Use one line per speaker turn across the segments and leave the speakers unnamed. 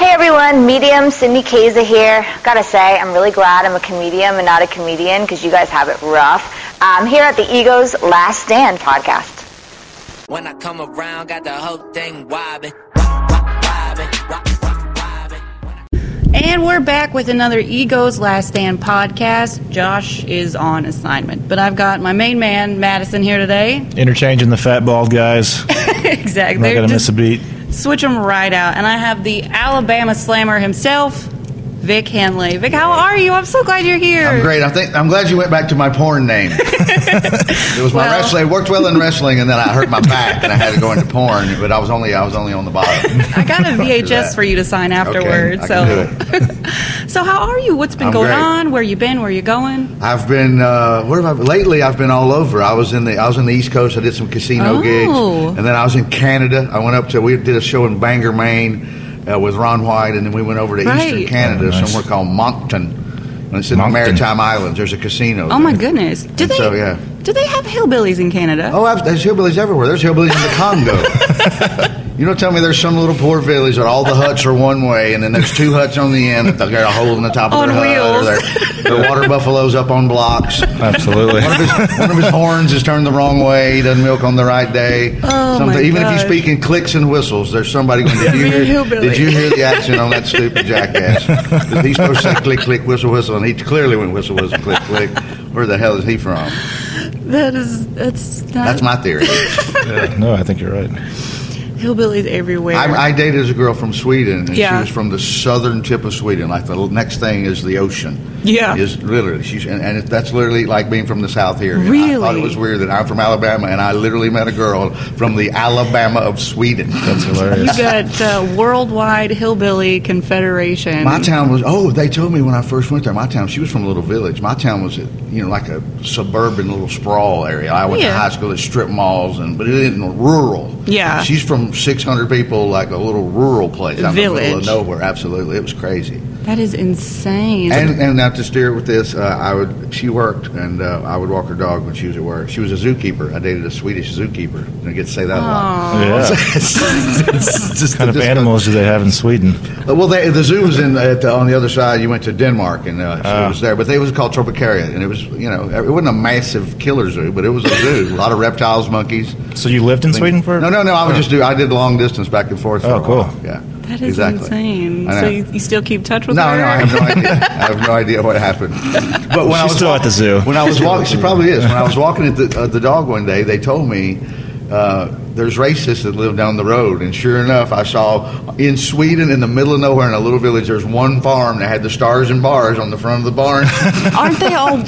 everyone, Medium, Cindy Kaza here. Gotta say, I'm really glad I'm a comedian and not a comedian because you guys have it rough. I'm here at the Ego's Last Stand podcast.
When I come around, got the whole thing wobbin', wob- wob- wobbin', wob- wob- wobbin'.
And we're back with another Ego's Last Stand podcast. Josh is on assignment, but I've got my main man, Madison, here today.
Interchanging the fat bald guys.
exactly.
I'm not gonna miss
Just
a beat.
switch them right out. And I have the Alabama Slammer himself, Vic Henley. Vic, how are you? I'm so glad you're here.
I'm great. I think I'm glad you went back to my porn name. it was my
Well-
wrestling. It worked well in wrestling, and then I hurt my back, and I had to go into porn. But I was only I was only on the bottom.
I got a VHS
that.
for you to sign afterwards.
I can
so, so how are you? What's been
I'm
going
great.
on? Where you been? Where you going?
I've been uh, where have I? Lately, I've been all over. I was in the I was in the East Coast. I did some casino
Oh.
gigs, and then I was in Canada. I went up to we did a show in Bangor, Maine, uh, with Ron White, and then we went over to
Right.
Eastern Canada,
Oh, nice.
somewhere called Moncton. And it's
Moncton.
in the Maritime Islands. There's a casino.
Oh my
there.
goodness! Do
And
they?
so, yeah.
Do they have hillbillies in Canada?
Oh, I've, there's hillbillies everywhere. There's hillbillies in the Congo. you don't tell me there's some little poor village that all the huts are one way, and then there's two huts on the end that they got a hole in the top of
On
their hut. Or their, their water buffaloes up on blocks.
Absolutely.
One of, his, one of his horns is turned the wrong way. He doesn't milk on the right day.
Oh, my
even if
gosh.
you speak in clicks and whistles, there's somebody going, did you,
Every
hear,
hillbilly."
did you hear the accent on that stupid jackass? He's supposed to say click, click, whistle, whistle, and he clearly went whistle, whistle, click, click. Where the hell is he from?
That is that's not
That's my theory.
no, I think you're right.
hillbillies everywhere.
I, I dated a girl from Sweden, and
Yeah.
she was from the southern tip of Sweden. Like the next thing is the ocean.
Yeah.
is literally she's and, and it, that's literally like being from the south here. And I thought
Really?
it was weird that I'm from Alabama, and I literally met a girl from the Alabama of Sweden.
That's hilarious.
You got uh, Worldwide Hillbilly Confederation.
My town was oh they told me when I first went there my town she was from a little village my town was you know like a suburban little sprawl area I went
Yeah.
to high school at strip malls and but it isn't rural
Yeah.
she's from 600 people like a little rural place out in the
Village.
middle of nowhere absolutely it was crazy
That is insane.
and and now to steer it with this uh, I would she worked and uh, I would walk her dog when she was at work she was a zookeeper I dated a Swedish zookeeper I get to say that a lot
Yeah. What
what
kind of animals do they have in Sweden?
uh, Well, they, the zoo was in at the, on the other side. You went to Denmark, and uh, so
Ah.
it was there. But they was called Tropicaria, and it was you know it wasn't a massive killer zoo, but it was a zoo. a lot of reptiles, monkeys.
So you lived in Sweden for?
No, no, no. I was just do. I did long distance back and forth. For
Oh,
a
cool.
while. Yeah,
that is
exactly.
insane.
I know.
So you, you still keep touch with
No,
her?
no, I have no idea. I have no idea what happened. But when
Oh,
I
She's
was
still at the zoo.
When I was walking, she probably is. When I was walking at the, uh, the dog one day, they told me uh, there's racists that live down the road, and sure enough, I saw in Sweden, in the middle of nowhere, in a little village, there's one farm that had the stars and bars on the front of the barn.
aren't they all?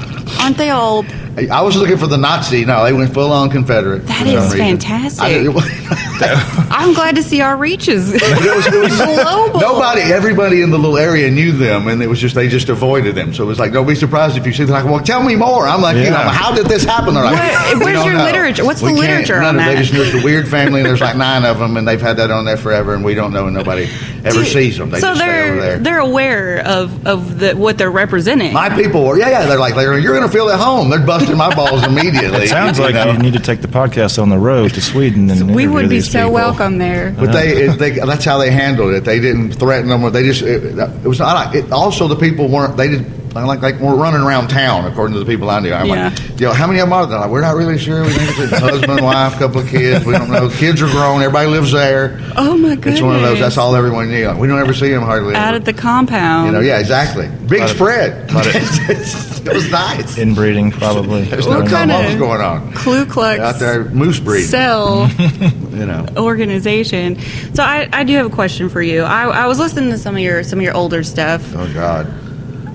Aren't they all?
I was looking for the Nazi. No, they went full on Confederate.
That
for some
is
reason.
fantastic.
I- it was-
I'm glad to see our reaches.
it was- it was-
Global.
Nobody, everybody in the little area knew them, and it was just they just avoided them. So it was like, don't be surprised if you see them. Like, well, tell me more. I'm like, you know,
Yeah.
how did this happen? They're like,
Where-
"We
where's
don't
your
know.
literature? What's
We
the
can't-
literature
none
on
of it.
that?
They just knew it's a weird family, and there's like nine of them, and they've had that on there forever, and we don't know and nobody ever sees them. They
so
just stay
they're
over there.
they're aware of of the, what they're representing.
my people were, yeah, yeah. They're like, they're, you're going to feel at home. They're busting my balls immediately.
It sounds like
know?
you need to take the podcast on the road to Sweden and
we
interview
would be
these
so
people.
welcome there.
But they, it, they, that's how they handled it. They didn't threaten them. Or they just, it, it was not like, it, also the people weren't, they did, like, like were running around town, according to the people I knew. I'm
Yeah.
like, yo, how many of them are there? Like, we're not really sure. We think it's a husband, wife, couple of kids. We don't know. Kids are grown. Everybody lives there.
Oh, my
It's one of those,
goodness.
that's all everyone knew. Like, we don't ever see them hardly.
out
ever.
at the compound.
you know, yeah, exactly. Big
Lot of-
spread.
lot of-
it was nice.
Inbreeding, probably.
There's
What
no
kind
telling what
of
was going on.
Ku Klux
Out there, moose breeding,
cell
you know.
organization. So I, I do have a question for you. I, I was listening to some of your some of your older stuff.
Oh, God.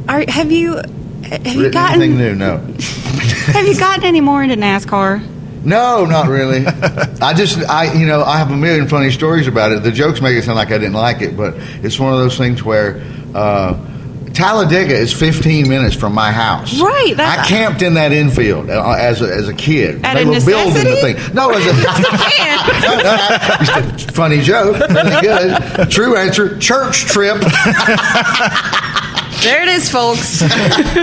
Are, have you have you
Written anything
gotten
new? No.
have you gotten any more into NASCAR?
No, not really. I just, I, you know, I have a million funny stories about it. The jokes make it sound like I didn't like it, but it's one of those things where uh, Talladega is 15 minutes from my house.
Right, that's-
I camped in that infield uh, as a, as a kid.
At
they
a
were building the
necessity?
thing. No, as a, no, no, funny joke. Really good. True answer. Church trip.
There it is, folks.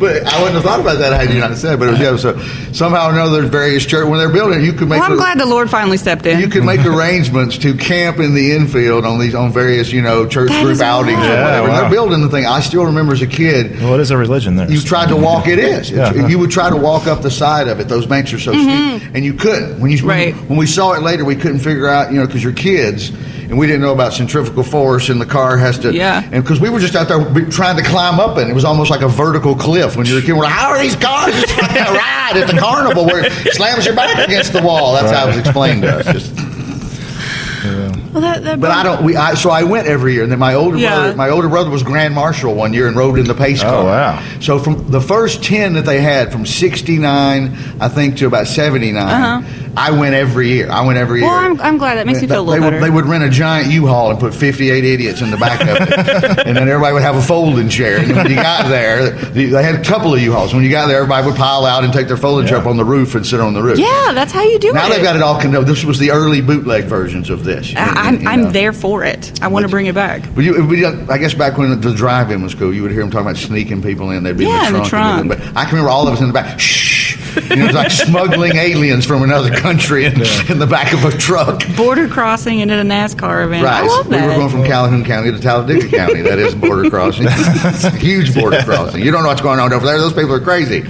But I wouldn't have thought about that had you not said. But it was, yeah, so somehow or another, there's various church when they're building, it, you could make.
Well, I'm
the-
glad the Lord finally stepped in.
you could make arrangements to camp in the infield on these on various you know church
That
group
is
outings
wild.
or
Yeah,
whatever.
wow.
They're building the thing. I still remember as a kid,
Well, it is a religion there.
you
so-
tried to walk. It is. It's-
Yeah.
You would try to walk up the side of it. Those banks are so steep, and you couldn't. When you
Mm-hmm. Right.
when, we saw it later, we couldn't figure out you know because you're kids. And we didn't know about centrifugal force, and the car has to.
Yeah.
And because we were just out there be- trying to climb up, and it was almost like a vertical cliff when you were a kid. We're like, how are these cars just trying to ride at the carnival where it slams your back against the wall? That's how it was explained to us. Just-
Well, that, that
but I don't. We I, so I went every year, and then my older
Yeah.
brother, my older brother was grand marshal one year and rode in the pace
Oh,
car.
wow.
So from the first ten that they had, from sixty nine, I think, to about seventy I went every year. I went every
Uh-huh. Well,
year.
I'm- I'm glad. That makes me feel a
They-
little
they would-
better.
They would rent a giant U-Haul and put fifty eight idiots in the back of it, and then everybody would have a folding chair. And when you got there, they they had a couple of U-Hauls. When you got there, everybody would pile out and take their foliage
Yeah.
up on the roof and sit on the roof.
Yeah, that's how you do
Now
it.
they've got it all condemned. This was the early bootleg versions of this. You
I, I'm,
know?
I'm there for it. I want to
Which-
bring it back.
But you, it would be like- I guess back when the drive-in was cool, you would hear them talking about sneaking people in. They'd be
Yeah,
in the trunk. and everything. But I can remember all of us in the back. Shh. You know, it was like smuggling aliens from another country in, in the back of a truck.
Border crossing into the NASCAR event.
Right.
I love
We
that.
were going from Calhoun County to Talladega County. That is border crossing. It's a huge border crossing. You don't know what's going on over there. Those people are crazy.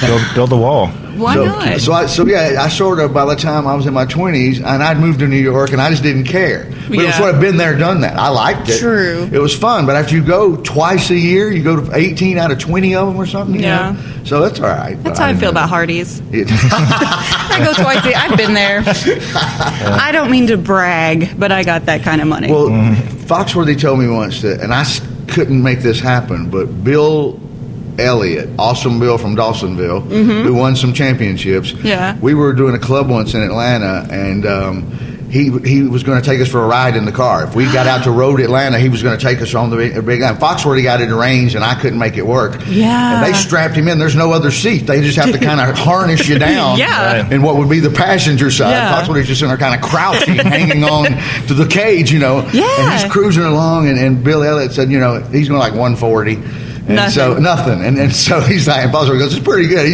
build, build the wall.
Why
so,
not?
So, I, so yeah, I sort of by the time I was in my twenties, and I'd moved to New York, and I just didn't care. But it was
Yeah.
sort of been there, done that. I liked it.
True.
It was fun, but after you go twice a year, you go to eighteen out of twenty of them or something. you
Yeah.
know? So that's all right.
That's how I feel about Hardee's.
it.
I go twice. a- I've been there. I don't mean to brag, but I got that kind of money.
Well, Foxworthy told me once that, and I s- couldn't make this happen, but Bill Elliott, awesome Bill from Dawsonville, who won some championships.
Mm-hmm. Yeah.
We were doing a club once in Atlanta, and um, he he was going to take us for a ride in the car. If we got out to Road Atlanta, he was going to take us on the big, big line. Foxworthy got it arranged, and I couldn't make it work.
Yeah.
And they strapped him in. There's no other seat. They just have to kind of harness you down.
Yeah.
Right.
In what would be the passenger side.
Yeah.
Foxworthy's just in there kind of crouching, hanging on to the cage, you know.
Yeah.
And he's cruising along, and, and Bill Elliott said, you know, he's going like 140. And
Nothing.
so nothing, and, and so he's like, and Boswell goes, it's pretty good.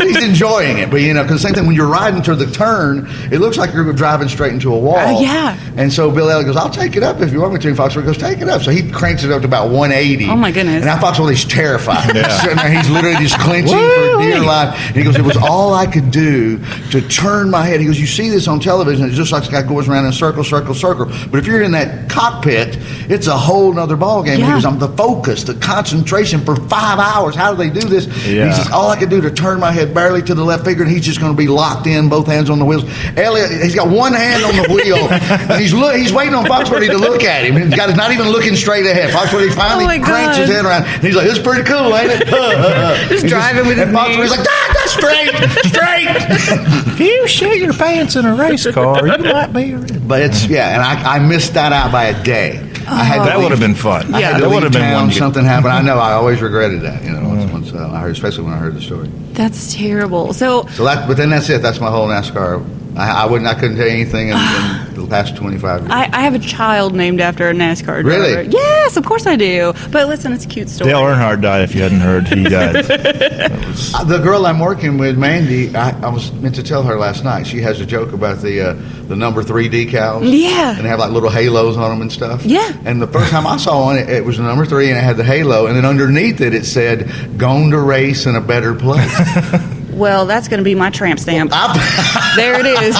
He's, he's enjoying it, but you know, because same thing when you're riding through the turn, it looks like you're driving straight into a wall.
Uh, yeah.
And so Bill Elliott goes, I'll take it up if you want me to. And Foxworthy goes, take it up. So he cranks it up to about 180.
Oh, my goodness.
And I Foxworthy's terrified.
Yeah.
He's sitting there, he's literally just clenching for dear life. And he goes, it was all I could do to turn my head. He goes, you see this on television. It's just like this guy goes around in a circle, circle, circle. But if you're in that cockpit, it's a whole nother ballgame. He
Yeah.
goes, I'm the focus, the concentration for five hours. How do they do this? And
Yeah.
he says, all I could do to turn my head barely to the left finger, and he's just going to be locked in, both hands on the wheels. Elliot, he's got one hand on the wheel. and he's look, he's waiting on Foxworthy to look at him. He's got he's not even looking straight ahead. Foxworthy
Oh,
finally
my
cranks his
God.
head around. And he's like, "It's pretty cool, ain't it?" just
driving with his
and
knees.
Foxworthy's like, "Ah, that's straight, straight."
If you shit your pants in a race car, you might be.
But it's yeah, and I, I missed that out by a day. I had to
That would
leave-
have been fun.
I had to
that would
leave
have been
town,
one. you-
Something happened. I know. I always regretted that. You know, once, once uh, I heard, especially when I heard the story.
That's terrible. So
So that, but then that's it. That's my whole NASCAR. I, I wouldn't. I couldn't tell you anything in, in the past twenty five years.
I, I have a child named after a NASCAR driver.
Really?
Yes, of course I do. But listen, it's a cute story.
Dale Earnhardt died. If you hadn't heard, he died.
the girl I'm working with, Mandy, I, I was meant to tell her last night. She has a joke about the uh, the number three decals.
Yeah.
And they have like little halos on them and stuff.
Yeah.
And the first time I saw one, it, it was the number three, and it had the halo, and then underneath it, it said "Gone to race in a better place."
Well, that's going to be my tramp stamp.
I,
there it is.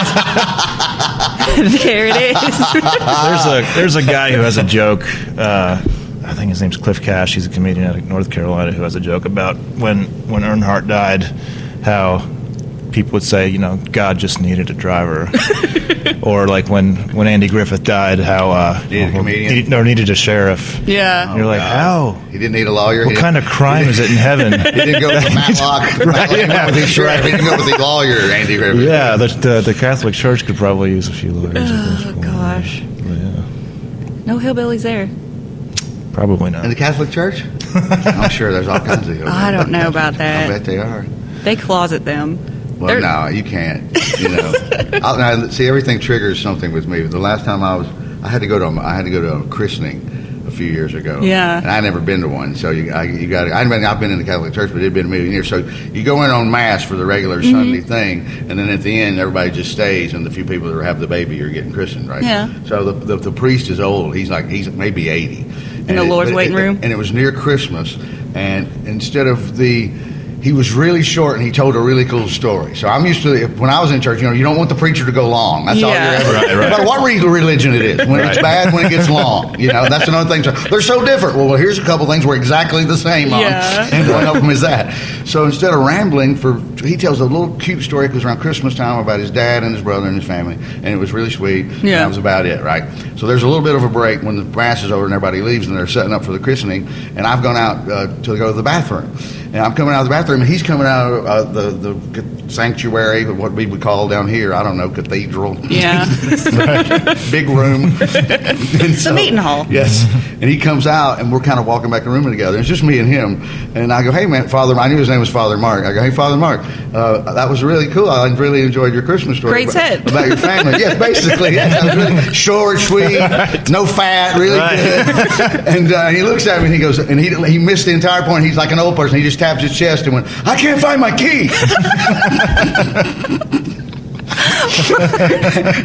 there it is.
there's
Ah.
a there's a guy who has a joke. Uh, I think his name's Cliff Cash. He's a comedian out of North Carolina who has a joke about when when Earnhardt died, how people would say, you know, God just needed a driver, or like when when Andy Griffith died, how uh,
Needed a comedian. Oh,
Need- or needed a sheriff.
yeah.
You're like, how?
he didn't need a lawyer.
What
He-
kind of crime is it in heaven?
He didn't go with Matlock.
Right,
He didn't go
yeah,
with the sheriff. He
right.
didn't go with the lawyer, Andy Griffith.
Yeah, the, the the Catholic Church could probably use a few lawyers. at this
Oh,
point.
gosh.
Yeah,
No hillbillies there.
probably not.
In the Catholic Church? I'm sure there's all kinds of.
I don't know about
I
that.
bet they are.
They closet them.
Well,
They're-
no, you can't. You know, I'll, now, see, everything triggers something with me. The last time I was, I had to go to, a, I had to go to a christening. few years ago.
Yeah.
and I never been to one, so you, I, you got. I've been, I've been in the Catholic Church, but it'd been a million years. So you go in on mass for the regular
Mm-hmm.
Sunday thing, and then at the end, everybody just stays, and the few people that have the baby are getting christened, right?
Yeah.
So the, the, the priest is old. He's like he's maybe eighty. In
the Lord's waiting room?
and it was near Christmas. And instead of the, he was really short, and he told a really cool story. So I'm used to the, when I was in church. You know, you don't want the preacher to go long. That's all you're
Yeah.
ever.
Right, right.
No matter what re- religion it is, when it's
Right.
bad, when it gets long, you know, that's another thing. So they're so different. Well, here's a couple things we're exactly the same on,
Yeah.
and one of them is that. So instead of rambling, for he tells a little cute story because around Christmas time about his dad and his brother and his family, and it was really sweet. and
Yeah.
that was about it, right? So there's a little bit of a break when the mass is over and everybody leaves and they're setting up for the christening. And I've gone out uh, to go to the bathroom. And I'm coming out of the bathroom and he's coming out of uh, the, the sanctuary, what we would call down here, I don't know, cathedral.
Yeah.
big room. it's
a meeting hall.
Yes. And he comes out, and we're kind of walking back in the room together. It's just me and him. And I go, hey, man, Father, I knew his name was Father Mark. I go, hey, Father Mark, uh, that was really cool. I really enjoyed your Christmas story.
Great
about-
set.
About your family. yeah, basically. Yeah, that was really short, sweet, no fat, really
Right.
good. and uh, he looks at me and he goes, and he, he missed the entire point. He's like an old person. He just taps his chest and went, I can't find my key.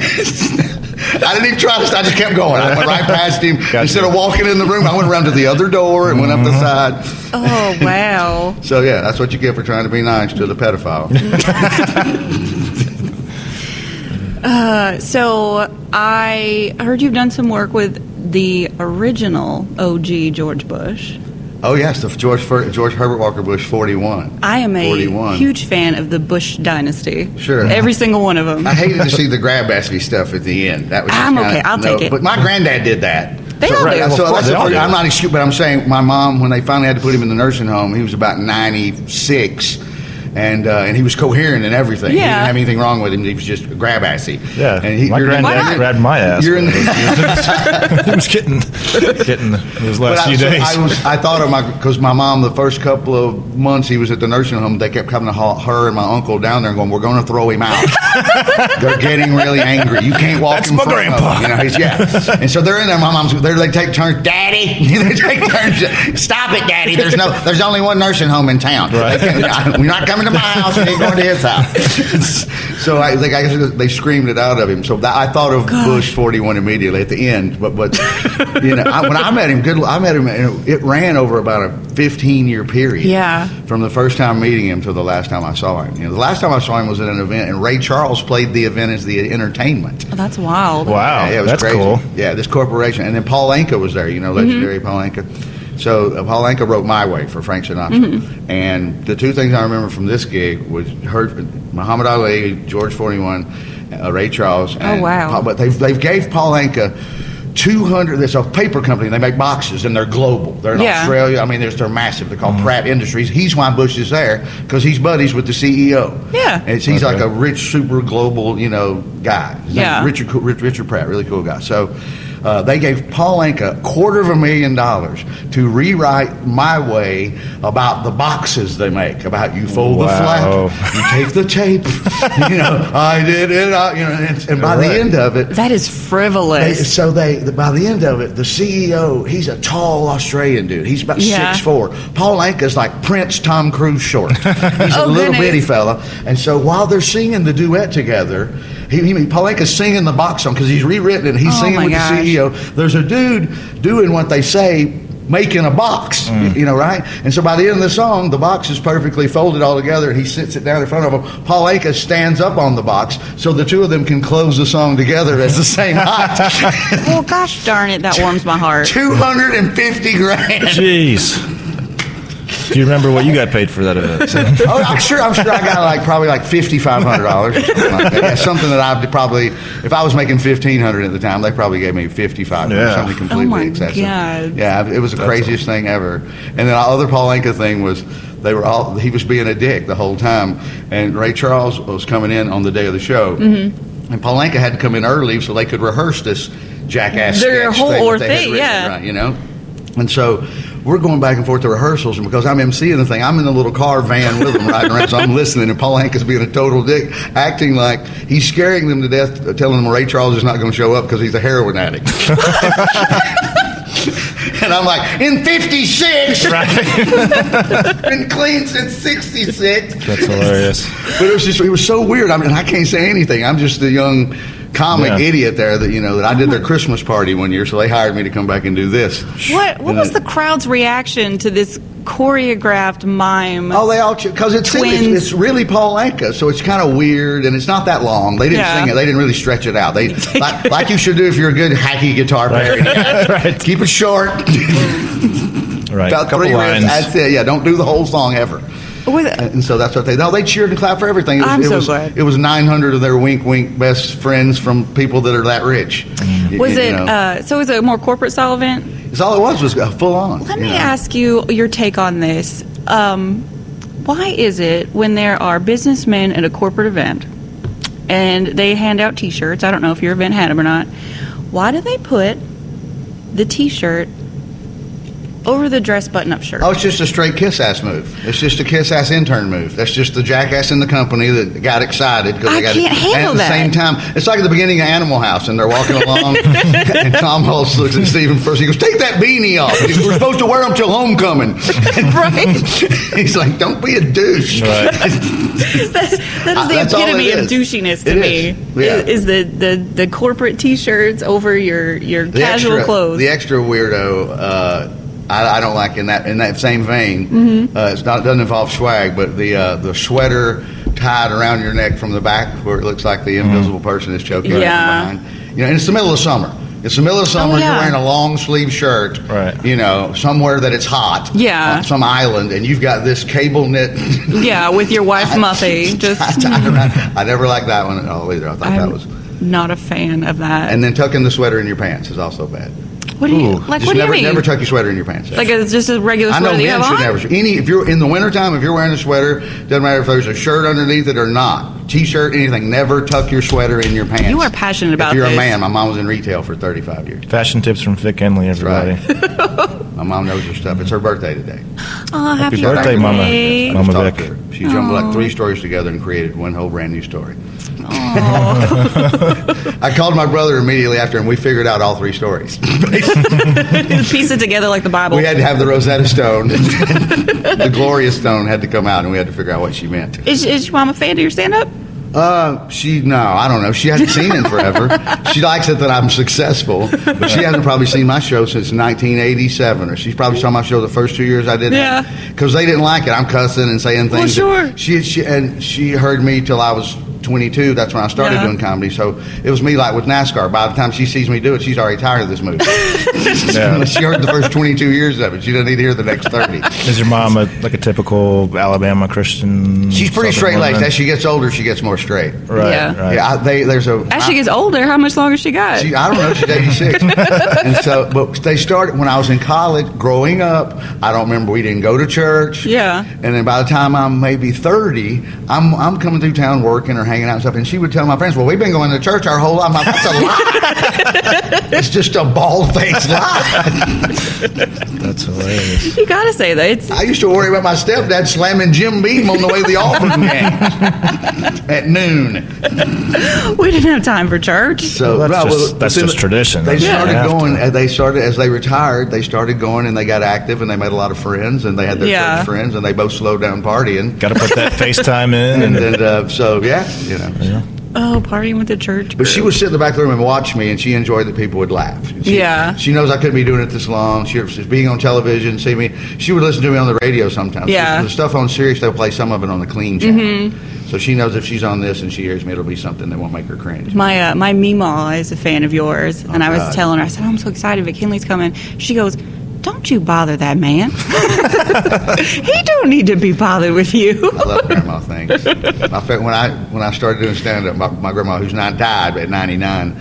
I didn't even try to. I just kept going. I went right past him.
Gotcha.
Instead of walking in the room, I went around to the other door and went up the side.
oh wow.
So yeah, that's what you get for trying to be nice to the pedophile.
Uh, So I heard you've done some work with the original OG George Bush.
oh yes, the George Fer- George Herbert Walker Bush, forty-one.
I am a
41.
huge fan of the Bush dynasty.
Sure.
Every single one of them.
I hated to see the grab basket stuff at the end. That was just
I'm
kinda-
okay. I'll take it.
But my granddad did that.
They
so,
all do.
so
Well, of course
that's
they
the
all
first-
do.
I'm not excuse, but I'm saying my mom when they finally had to put him in the nursing home, he was about 96. And, uh, and he was coherent and everything. He
Yeah.
didn't have anything wrong with him. He was just grab assy.
Yeah,
And he,
my
you're-
granddad
you're-
grabbed my ass.
You're in the,
he was kidding, kidding those
But
last
I,
few
so
days.
I, was, I thought of my because my mom the first couple of months he was at the nursing home they kept coming to ha- her and my uncle down there and going we're going to throw him out. they're getting really angry. You can't walk.
That's
in
my
front of
grandpa.
him. You know he's yeah. And so they're in there. My mom's they they take turns. Daddy, they take turns. Stop it, Daddy. There's no there's only one nursing home in town.
Right.
They can't- I- We're not coming to my house. We ain't going to his house. so I like I guess they screamed it out of him. So that, I thought of Bush 41 immediately at the end. But but you know I, when I met him, good I met him. and It ran over about a 15 year period.
Yeah.
From the first time meeting him to the last time I saw him. You know, the last time I saw him was at an event, and Ray Charles played the event as the entertainment.
Oh, that's wild.
wow,
Yeah, it was
that's
crazy.
cool.
Yeah, this corporation. And then Paul Anka was there, you know,
Mm-hmm.
legendary Paul Anka. So uh, Paul Anka wrote My Way for Frank Sinatra.
Mm-hmm.
And the two things I remember from this gig was heard Muhammad Ali, George 41, uh, Ray Charles. And
Oh, wow.
Paul- but they've, they've gave Paul Anka 200, there's a paper company, they make boxes, and they're global. They're in
Yeah.
Australia. I mean, there's, they're massive. They're
Mm-hmm.
called Pratt Industries. He's why Bush is there, because he's buddies with the CEO.
Yeah.
And it's- he's
Okay.
like a rich, super global, you know, guy. His name's
Yeah.
Richard Richard, cool- Rich- Richard Pratt, really cool guy. So uh, they gave Paul Anka a quarter of a million dollars to rewrite My Way about the boxes they make, about you fold
Wow.
the flap, you take the tape, you know, I did it, I, you know, and, and by the
Right.
end of it,
That is
they,
frivolous.
so they by the end of it, the CEO he's a tall Australian dude. He's about
Yeah.
six four. Paul Anka's like Prince Tom Cruise short. He's a
Oh,
little
goodness.
bitty fella. And so while they're singing the duet together, he, he Paul Anka's singing the box song because he's rewritten it. He's
Oh,
singing
my
with
gosh.
the CEO. There's a dude doing what they say. Making a box, you know, right? And so by the end of the song, the box is perfectly folded all together, and he sits it down in front of him. Paul Anka stands up on the box, so the two of them can close the song together as the same height.
well, gosh darn it, that warms my heart.
250 grand.
Jeez. Do you remember what you got paid for that event?
Oh, I'm sure. I'm sure I got like probably like fifty five hundred dollars, something, like that. Yeah, something that I probably, if I was making fifteen hundred at the time, they probably gave me fifty five
Yeah.
or something completely
Oh, my
excessive.
God.
Yeah, it was the craziest thing ever. And then our other Paul Anka thing was they were all he was being a dick the whole time, and Ray Charles was coming in on the day of the show,
Mm-hmm.
and Paul Anka had to come in early so they could rehearse this jackass.
Their
sketch
whole
thing that they had
orthate,
written,
yeah.
right, you know. And so we're going back and forth to rehearsals, and because I'm emceeing the thing, I'm in the little car van with them riding around. So I'm listening, and Paul Hank is being a total dick, acting like he's scaring them to death, telling them Ray Charles is not going to show up because he's a heroin addict. and and I'm like, in 56,
Right.
been clean since 66.
That's hilarious.
But it was just, it was so weird. I mean, I can't say anything. I'm just the young comic
Yeah.
idiot there that, you know, that I did their Christmas party one year, so they hired me to come back and do this.
What What
And
was
I-
the crowd's reaction to this choreographed mime?
Oh, they all because it's, it's
Twins.
it's really Paul Anka, so it's kind of weird and it's not that long. They didn't
Yeah.
sing it; they didn't really stretch it out. They like, like you should do if you're a good hacky guitar player.
Right.
Keep it short,
Right.
about
Couple
three
lines.
lines. That's it. Yeah, don't do the whole song ever.
Was it-
And so that's what they. No, they cheered and clapped for everything. It was,
I'm
it
so
was,
glad.
It was 900 of their wink wink best friends from people that are that rich. You-
was
you
it
know.
uh, so? Was it a more corporate style event?
it's all it was was full on.
Let
you
me
know.
ask you your take on this. Um, why is it when there are businessmen at a corporate event and they hand out T-shirts? I don't know if your event had them or not. Why do they put the T-shirt over the dress button-up shirt?
Oh, it's just a straight kiss ass move. It's just a kiss ass intern move. That's just the jackass in the company that got excited because
I
they got
can't
and
handle
at the
that.
same time. It's like at the beginning of Animal House, and they're walking along, and Tom Hulse looks at Stephen first. He goes, "Take that beanie off. He goes, We're supposed to wear them till homecoming."
Right.
He's like, "Don't be a douche."
that's, that
Uh,
is the
that's all
epitome
it
of
is.
douchiness to
It
me.
is. Yeah.
Is, the, the the corporate T-shirts over your your
The
casual
extra,
clothes?
The extra weirdo. Uh, I, I don't like in that in that same vein.
Mm-hmm.
Uh, it's not it doesn't involve swag, but the uh, the sweater tied around your neck from the back where it looks like the invisible person is choking you from
Mm-hmm. Yeah. Oh,
behind. You know, and it's the middle of summer. It's the middle of summer.
yeah.
You're wearing a long sleeve shirt.
Right.
You know, somewhere that it's hot.
Yeah.
On some island, and you've got this cable knit.
yeah, with your wife Muffy. Just
tied around. I never liked that one at all either. I thought that
I'm
was.
not a fan of that.
And then tucking the sweater in your pants is also bad.
what do you
Ooh,
like?
Just
What do
never,
you mean?
never tuck your sweater in your pants.
Like it's just a regular
I
sweater
know
that you
men
have
should
on.
never. Any, if you're in the wintertime, if you're wearing a sweater, doesn't matter if there's a shirt underneath it or not, t-shirt, anything. Never tuck your sweater in your pants.
You are passionate about
If you're
this.
a man, my mom was in retail for 35 years.
Fashion tips from Vic Enley, everybody.
My mom knows her stuff. It's her birthday today.
Oh, happy,
Happy birthday, Mama.
I
birthday.
just
Mama
talked
Vic.
to her. She jumbled like three stories together and created one whole brand new story. I called my brother immediately after, and we figured out all three stories.
Piece it together like the Bible.
we had to have the Rosetta Stone, the Glorious Stone had to come out, and we had to figure out what she meant.
is, is your mom a fan of your stand up?
Uh, she no, I don't know. She hasn't seen it forever. she likes it that I'm successful, but she hasn't probably seen my show since 1987, or she's probably saw my show the first two years I did.
Yeah.
because they didn't like it. I'm cussing and saying things.
Well,
that-
sure.
She, she and she heard me till I was 22. That's when I started
Yeah.
doing comedy. So it was me like with NASCAR. By the time she sees me do it, she's already tired of this movie.
Yeah.
she heard the first 22 years of it. She doesn't need to hear the next 30.
Is your mom a, like a typical Alabama Christian?
She's
Southern
pretty straight laced.
woman?
As she gets older, she gets more straight.
Right.
Yeah.
Right.
Yeah, I, they, there's a
As
I-
she gets older, how much longer she got?
Uh, She, I don't know. She's 86. and so, but they started when I was in college. Growing up, I don't remember. We didn't go to church.
Yeah.
And then by the time I'm maybe 30, I'm I'm coming through town working or hanging out and stuff. And she would tell my friends, "Well, we've been going to church our whole life." I'm like, That's a lie. it's just a bald faced lie.
That's hilarious.
you gotta say that. It's
I used to worry about my stepdad slamming Jim Beam on the way to the Auburn game at noon.
we didn't have time for church.
So
Well, that's
no,
just- that's
as soon
just
as-
tradition.
They
That's what
started
they have
going.
to.
and They started as they retired. They started going and they got active and they made a lot of friends and they had their
Yeah.
church friends and they both slowed down partying.
Got to put that FaceTime in,
And
and,
then uh, so yeah, you know.
Oh, partying with the church.
But she would sit in the back of the room and watch me, and she enjoyed that people would laugh. And She,
Yeah.
She knows I couldn't be doing it this long. She was being on television, see me. She would listen to me on the radio sometimes.
Yeah. Mm-hmm.
The stuff on Sirius, they'll play some of it on the clean channel. So she knows if she's on this and she hears me, it'll be something that won't make her cringe.
My uh, my Meemaw is a fan of yours, and I was
God.
telling her, I said, oh, I'm so excited, Vic Henley's coming. She goes, Don't you bother that man. he don't need to be bothered with you.
I love grandma things. My fa- when I when I started doing stand up, my, my grandma, who's not died but at 99,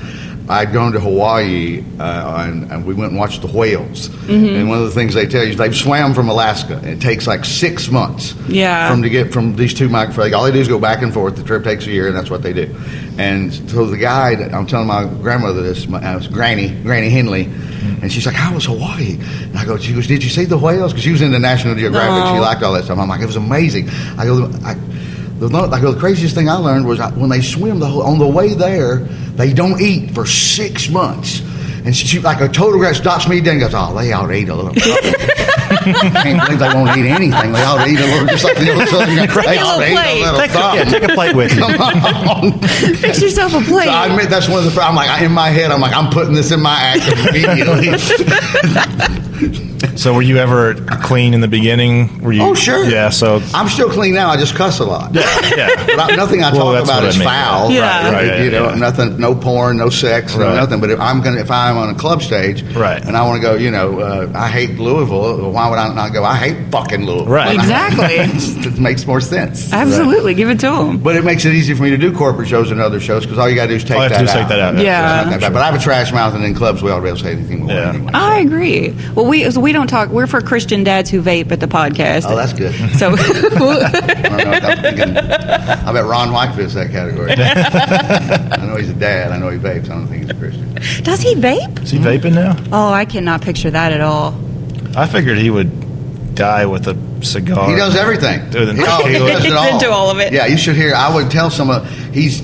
I'd gone to Hawaii uh, and, and we went and watched the whales. And one of the things they tell you is they've swam from Alaska. And it takes like six months.
Yeah.
From to get from these two microphones. All they do is go back and forth. The trip takes a year, and that's what they do. And so the guy, that- I'm telling my grandmother this, my uh, Granny, Granny Henley, and she's like, "How was Hawaii?" And I go, "She goes, did you see the whales?" Because she was into National Geographic. She
Aw.
liked all that stuff. I'm like, it was amazing. I go, I, the, lo- I go, the craziest thing I learned was I, when they swim the whole, on the way there, they don't eat for six months. And she, she like a total regret stops me dead and goes, oh, they ought to eat a little. can't believe they won't eat anything. They ought to eat a little, just like the old southern. Take
a little plate.
uh,
Take a, yeah, take a plate with you.
Fix yourself a plate.
So I admit that's one of the. fr- I'm like I- in my head. I'm like I'm putting this in my act immediately.
So were you ever clean in the beginning? Were you?
Oh, sure.
Yeah. So
I'm still clean now. I just cuss a lot.
yeah.
But I, nothing I
Well,
talk
that's
about
what I
is
mean.
foul.
Yeah. Right,
right,
you
yeah,
know,
yeah.
nothing. No porn. No sex. No
Right.
nothing. But if I'm gonna, if I'm on a club stage,
Right.
and I want to go, you know, uh, I hate Louisville. Why would I not go? I hate fucking Louisville.
Right.
Exactly.
it makes more sense.
Absolutely. Give it to them.
But it makes it easy for me to do corporate shows and other shows because all you got to do is take
All you
that
have to do is take
out.
that out,
yeah. Yeah.
It's not that bad. But I have a trash mouth, and in clubs we ought to be able to say anything we
Yeah.
want. Anyway.
I agree. Well, we so we don't talk. We're for Christian dads who vape at the podcast.
Oh, that's good.
so.
I don't know. I'm thinking, I bet Ron White fits that category. I know he's a dad. I know he vapes. I don't think he's a Christian.
Does he vape?
is he vaping now?
Oh, I cannot picture that at all.
I figured he would die with a cigar.
He does everything.
Dude, then
He- oh, he
tequila.
does it all.
He's into all of it.
Yeah, you should hear. I would tell someone he's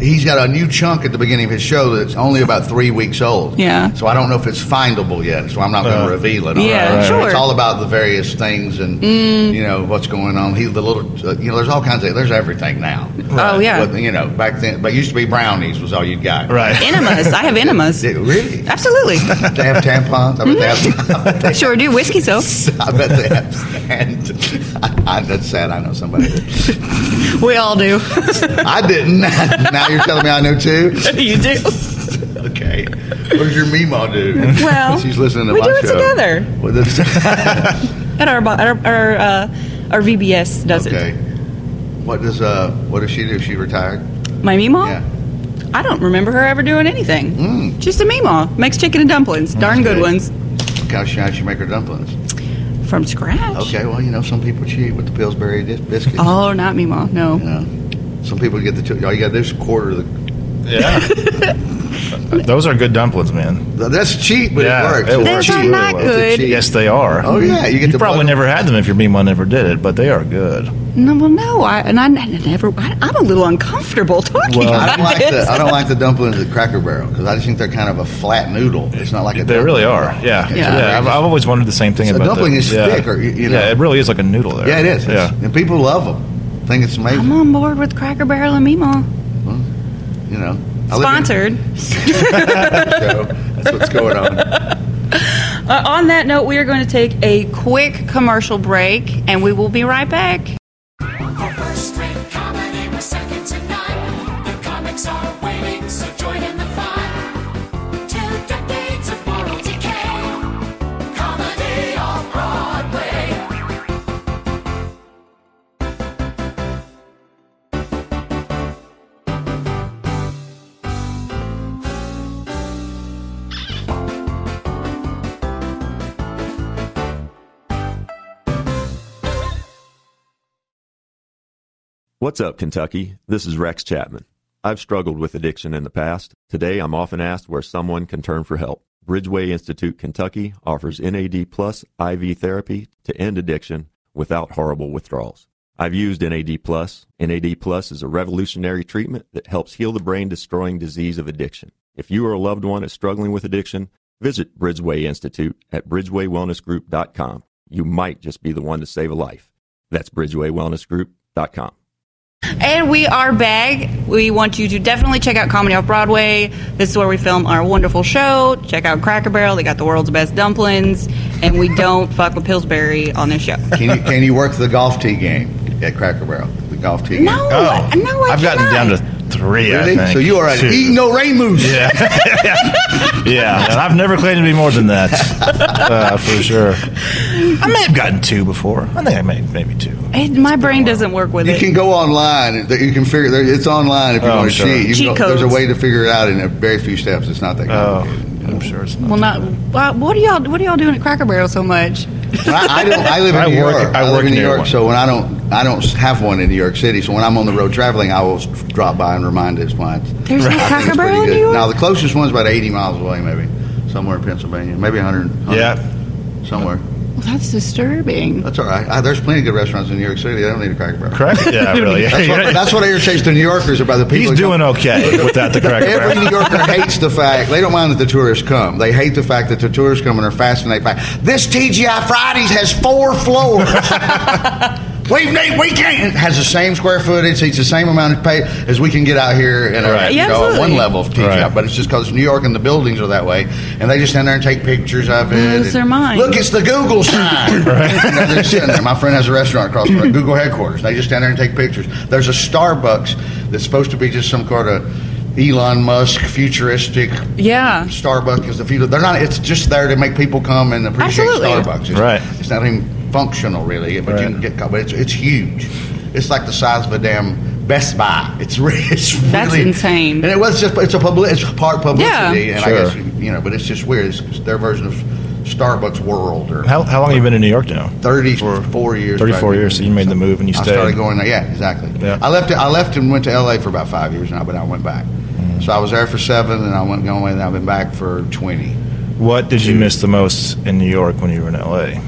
he's got a new chunk at the beginning of his show that's only about three weeks old.
Yeah.
So I don't know if it's findable yet. So I'm not going
Uh,
to reveal it.
yeah,
all
sure. Mm.
It's all about the various things and you know what's going on. He the little uh, you know there's all kinds of there's everything now.
Oh yeah.
But, you know back then, but it used to be brownies was all you got.
Right.
enemas. I have enemas.
Yeah, really?
Absolutely.
they have tampons. I bet they
Mm-hmm.
have.
Sure do. Whiskey soap.
I bet they have stands. I, I, that's sad. I know somebody. That,
We all do.
I didn't. now you're telling me I know too.
you do.
Okay. What does your Mima do?
Well,
she's listening to
we
my
do it
show.
together.
Well, that's-
At our bo- at our our, uh, our VBS does
okay. What does uh? What does she do? She retired.
it. My Mima.
Yeah.
I don't remember her ever doing anything.
Mm.
She's a Mima. Makes chicken and dumplings. Darn good
good.
ones.
How she, how she make her dumplings?
From scratch.
Okay. Well, you know, some people cheat with the Pillsbury dis- biscuits.
Oh, not Mima. No.
You know, some people get the. Two, all you got to do is quarter the.
Yeah. Those are good dumplings, man.
That's cheap, but
Yeah,
it works.
it
It's
works.
Those
cheap.
are
really
not
well.
It's a
good.
cheat.
Yes, they are.
Oh, yeah, you
You,
get the
probably
butter-
never had them if your Mima never did it, but they are good.
No, well, no. I, and I n- never. I, I'm a little uncomfortable talking
Well,
about
I don't like
this.
the I don't like the dumplings at Cracker Barrel because I just think they're kind of a flat noodle. It's not like a
They
dumpling.
really are. Yeah. Yeah.
Okay,
Yeah.
I've, I've always wondered the same thing
So
about
dumpling
the,
is
yeah.
thick or, you- you know.
Yeah, it really is like a noodle there.
yeah, it is. It's-
Yeah.
and people love them. Think it's amazing.
I'm on board with Cracker Barrel and Mima.
You know, I live in-
Sponsored.
So that's what's going on.
Uh, on that note, we are going to take a quick commercial break, and we will be right back.
For first-rate comedy was second to none. The comics are waiting, so join in the fun. Two decades of moral decay. Comedy on Broadway.
What's up, Kentucky? This is Rex Chapman. I've struggled with addiction in the past. Today, I'm often asked where someone can turn for help. Bridgeway Institute Kentucky offers NAD plus IV therapy to end addiction without horrible withdrawals. I've used NAD plus. NAD plus is a revolutionary treatment that helps heal the brain destroying disease of addiction. If you or a loved one is struggling with addiction, visit Bridgeway Institute at bridgewaywellnessgroup.com. You might just be the one to save a life. That's bridgewaywellnessgroup.com.
And we are back. We want you to definitely check out Comedy Off Broadway. This is where we film our wonderful show. Check out Cracker Barrel. They got the world's best dumplings, and we don't fuck with Pillsbury on this show.
Can you can you work the golf tee game at Cracker Barrel? The golf tee.
No,
game.
Oh,
no, I
have gotten
cannot.
down to three. I
Really?
think.
So you are an
Two.
eating no rain moose.
Yeah, yeah. And I've never claimed to be more than that, uh, for sure. I may have gotten two before. I think I may maybe two.
It, my brain doesn't work with
You
it.
can go online. that You can figure. there- It's online if you
Oh,
want to
sure.
cheat. You can
Cheat
go- there's a
codes.
way to figure it out in a very few steps. It's not that
Oh,
complicated.
I'm sure it's not.
well, not well, what are y'all what are y'all doing at Cracker Barrel so much?
I, I don't. I live in
I
New
work-
York.
I work
live in New
near
York,
one.
so when I don't, I don't have one in New York City. So when I'm on the road traveling, I will drop by and remind his clients.
There's no Cracker Barrel in New York.
Now the closest one's about 80 miles away, maybe somewhere in Pennsylvania, maybe 100.
Yeah.
somewhere.
Well, that's disturbing.
That's all right. Uh, there's plenty of good restaurants in New York City. They don't need a Cracker Barrel.
Correct? Yeah, really.
That's what, that's what irritates the New Yorkers about the people.
He's
that come-
doing okay without the cracker
Every New
barrel.
Yorker hates the fact they don't mind that the tourists come. They hate the fact that the tourists come and are fascinated by this TGI Fridays has four floors. We've need, we can't has the same square footage, eats the same amount of pay as we can get out here and
Right.
you
Yeah,
know, at one
absolutely.
level of TGI.
Right.
But it's just because New York and the buildings are that way, and they just stand there and take pictures of it.
Lose
and,
their mind.
Look, it's the Google sign. right. My friend has a restaurant across from it, Google headquarters. They just stand there and take pictures. There's a Starbucks that's supposed to be just some sort of Elon Musk futuristic
Yeah.
Starbucks is the future. They're not. It's just there to make people come and appreciate
Absolutely.
Starbucks. It's,
Right.
It's not even functional really, but you
Right.
can get. But it's it's huge. It's like the size of a damn Best Buy. It's re- it's really
That's insane.
And it was just it's a public it's part publicity
Yeah.
and
Sure.
I guess you, you know, but it's just weird. It's, it's their version of Starbucks World or
How, how long have you been in New York now?
34 years.
34 years, so you made the move and you
I
stayed.
started going there. Yeah, exactly.
Yeah.
I left. I left and went to L.A. for about five years now, but I went back.
Mm.
So I was there for seven, and I went going away, and I've been back for 20.
What did you miss the most in New York when you were in LA?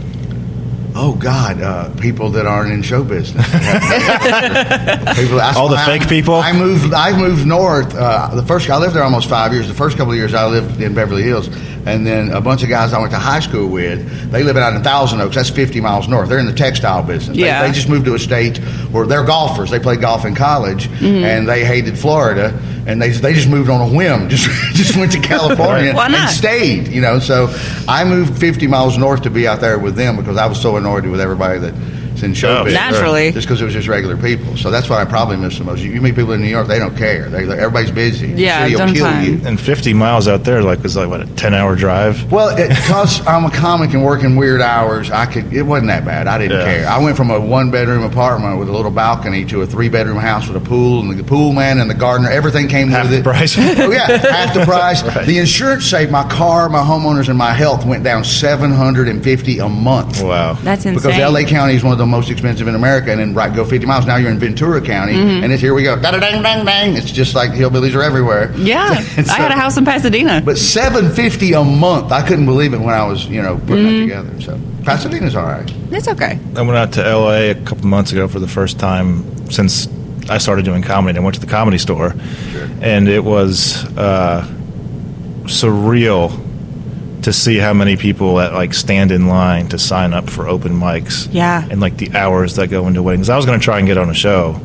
Oh God, uh, people that aren't in show business. people, I-
All the
I-
fake people?
I moved. I moved north. Uh, the first I lived there almost five years. The first couple of years I lived in Beverly Hills, and then a bunch of guys I went to high school with. They live out in Thousand Oaks. That's 50 miles north. They're in the textile business. They-
Yeah.
They, just moved to a state where they're golfers. They played golf in college, and they hated Florida, and they they just moved on a whim. Just just went to California
Why
and
not?
stayed, you know. So I moved 50 miles north to be out there with them because I was so annoyed with everybody that's in
Oh,
show business.
Naturally.
Just because it was just regular people. So that's what I probably miss the most. You, you meet people in New York, they don't care. They, they- everybody's busy. The
Yeah,
city will
don't
kill
time.
you.
And 50 miles out there, like, was like, what, a 10 hour drive?
Well, because I'm a comic and working weird hours, I could. It wasn't that bad. I didn't
Yeah.
care. I went from a one bedroom apartment with a little balcony to a three bedroom house with a pool and the pool man and the gardener. Everything came
Half
with
the
it.
price.
oh yeah, half the price. The insurance saved my car, my homeowners, and my health went down 750 a month.
Wow.
That's insane.
Because LA County is one of the most expensive in America, and then right go 50 miles. Now you're in Ventura County,
Mm-hmm.
and it's here we go. Dang, dang, dang, dang. It's just like hillbillies are everywhere.
Yeah.
So-
I had a house in Pasadena.
But 750 a month. I couldn't believe it when I was, you know, putting it
Mm-hmm.
together. So Pasadena's all right.
it's okay.
I went out to LA a couple months ago for the first time since I started doing comedy. I went to the comedy store, and it was uh, surreal to see how many people that like stand in line to sign up for open mics.
Yeah.
and like the hours that go into weddings. I was going to try and get on a show.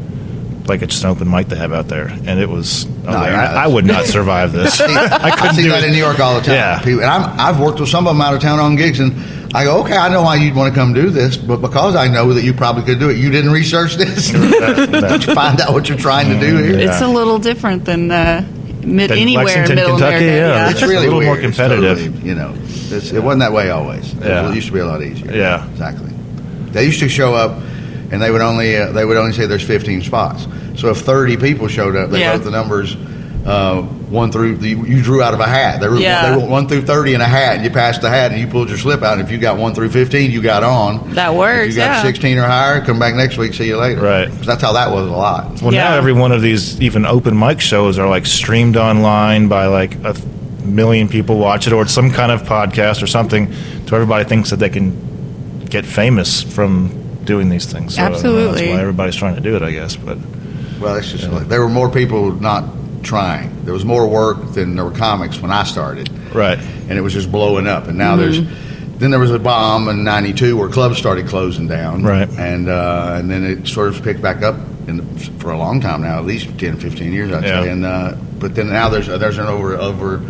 Like it's just an open mic they have out there, and it was. I, was
No,
like,
yeah,
I, I would not survive this. I couldn't
see
do
that
it.
in New York all the time.
Yeah.
People- and I'm, I've worked with some of them out of town on gigs, and I go, okay, I know why you'd want to come do this, but because I know that you probably could do it, you didn't research this. Did you find out what you're trying to do here?
It's a little different than uh, mid
Than
anywhere
Lexington,
in Middle
Kentucky,
America.
yeah.
It's really
a little more
weird. It's
competitive.
totally, you know, it's, it wasn't that way always.
Yeah.
It used to be a lot easier.
Yeah.
exactly. They used to show up, and they would only uh, they would only say there's 15 spots. So if 30 people showed up, they
Yeah.
wrote the numbers. Uh, one through the, you drew out of a hat. They were
Yeah.
they wrote one through thirty in a hat. And you passed the hat and you pulled your slip out. And if you got one through fifteen, you got on.
That
If
works,
you got
yeah.
sixteen or higher. Come back next week. See you later.
Right.
'Cause that's how that was a lot.
Well, now
Yeah.
every one of these even open mic shows are like streamed online by like a th- million people watch it, or it's some kind of podcast or something. So everybody thinks that they can get famous from doing these things. So, I don't know,
Absolutely.
that's why everybody's trying to do it, I guess. But
Well, that's just like, there were more people not trying. There was more work than there were comics when I started,
right,
and it was just blowing up. And now there's then there was a bomb in '92 where clubs started closing down,
Right.
And uh, and then it sort of picked back up in the, for a long time now, at least 10, 15 years, I'd
Yeah.
say. And uh, but then now there's there's an over over.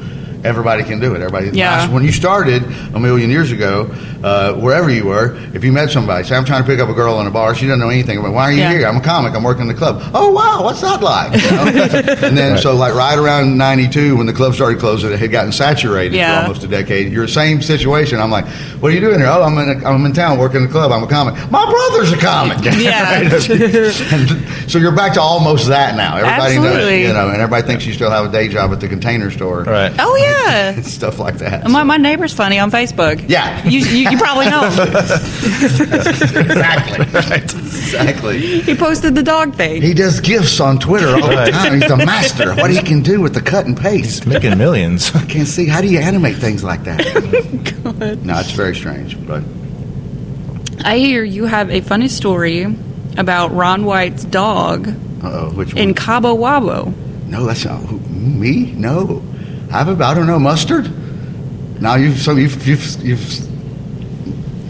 Everybody can do it. Everybody.
Yeah.
When you started a million years ago, uh, wherever you were, if you met somebody, say, "I'm trying to pick up a girl in a bar," she doesn't know anything. But why are you
Yeah.
here? I'm a comic. I'm working the club. Oh wow, what's that like? You know? and then so like right around '92 when the club started closing, it had gotten saturated for
Yeah.
almost a decade. You're the same situation. I'm like, what are you doing here? Oh, I'm in, a, I'm in town working the club. I'm a comic. My brother's a comic.
Yeah.
And so you're back to almost that now. Everybody knows,
Absolutely.
you know, and everybody thinks you still have a day job at the container store,
right.
Oh yeah.
And stuff like that.
My, my neighbor's funny on Facebook.
Yeah.
You, you, you probably know.
exactly. Exactly.
he posted the dog thing.
He does gifts on Twitter all the
Right.
time. He's a master. of What he can do with the cut and paste.
It's making millions.
Can't see. How do you animate things like that? no, it's very strange, but
I hear you have a funny story about Ron White's dog
Uh-oh, which one?
in Cabo Wabo.
no, that's not who- me. No, I've about I don't know mustard. Now you've so you've you've, you've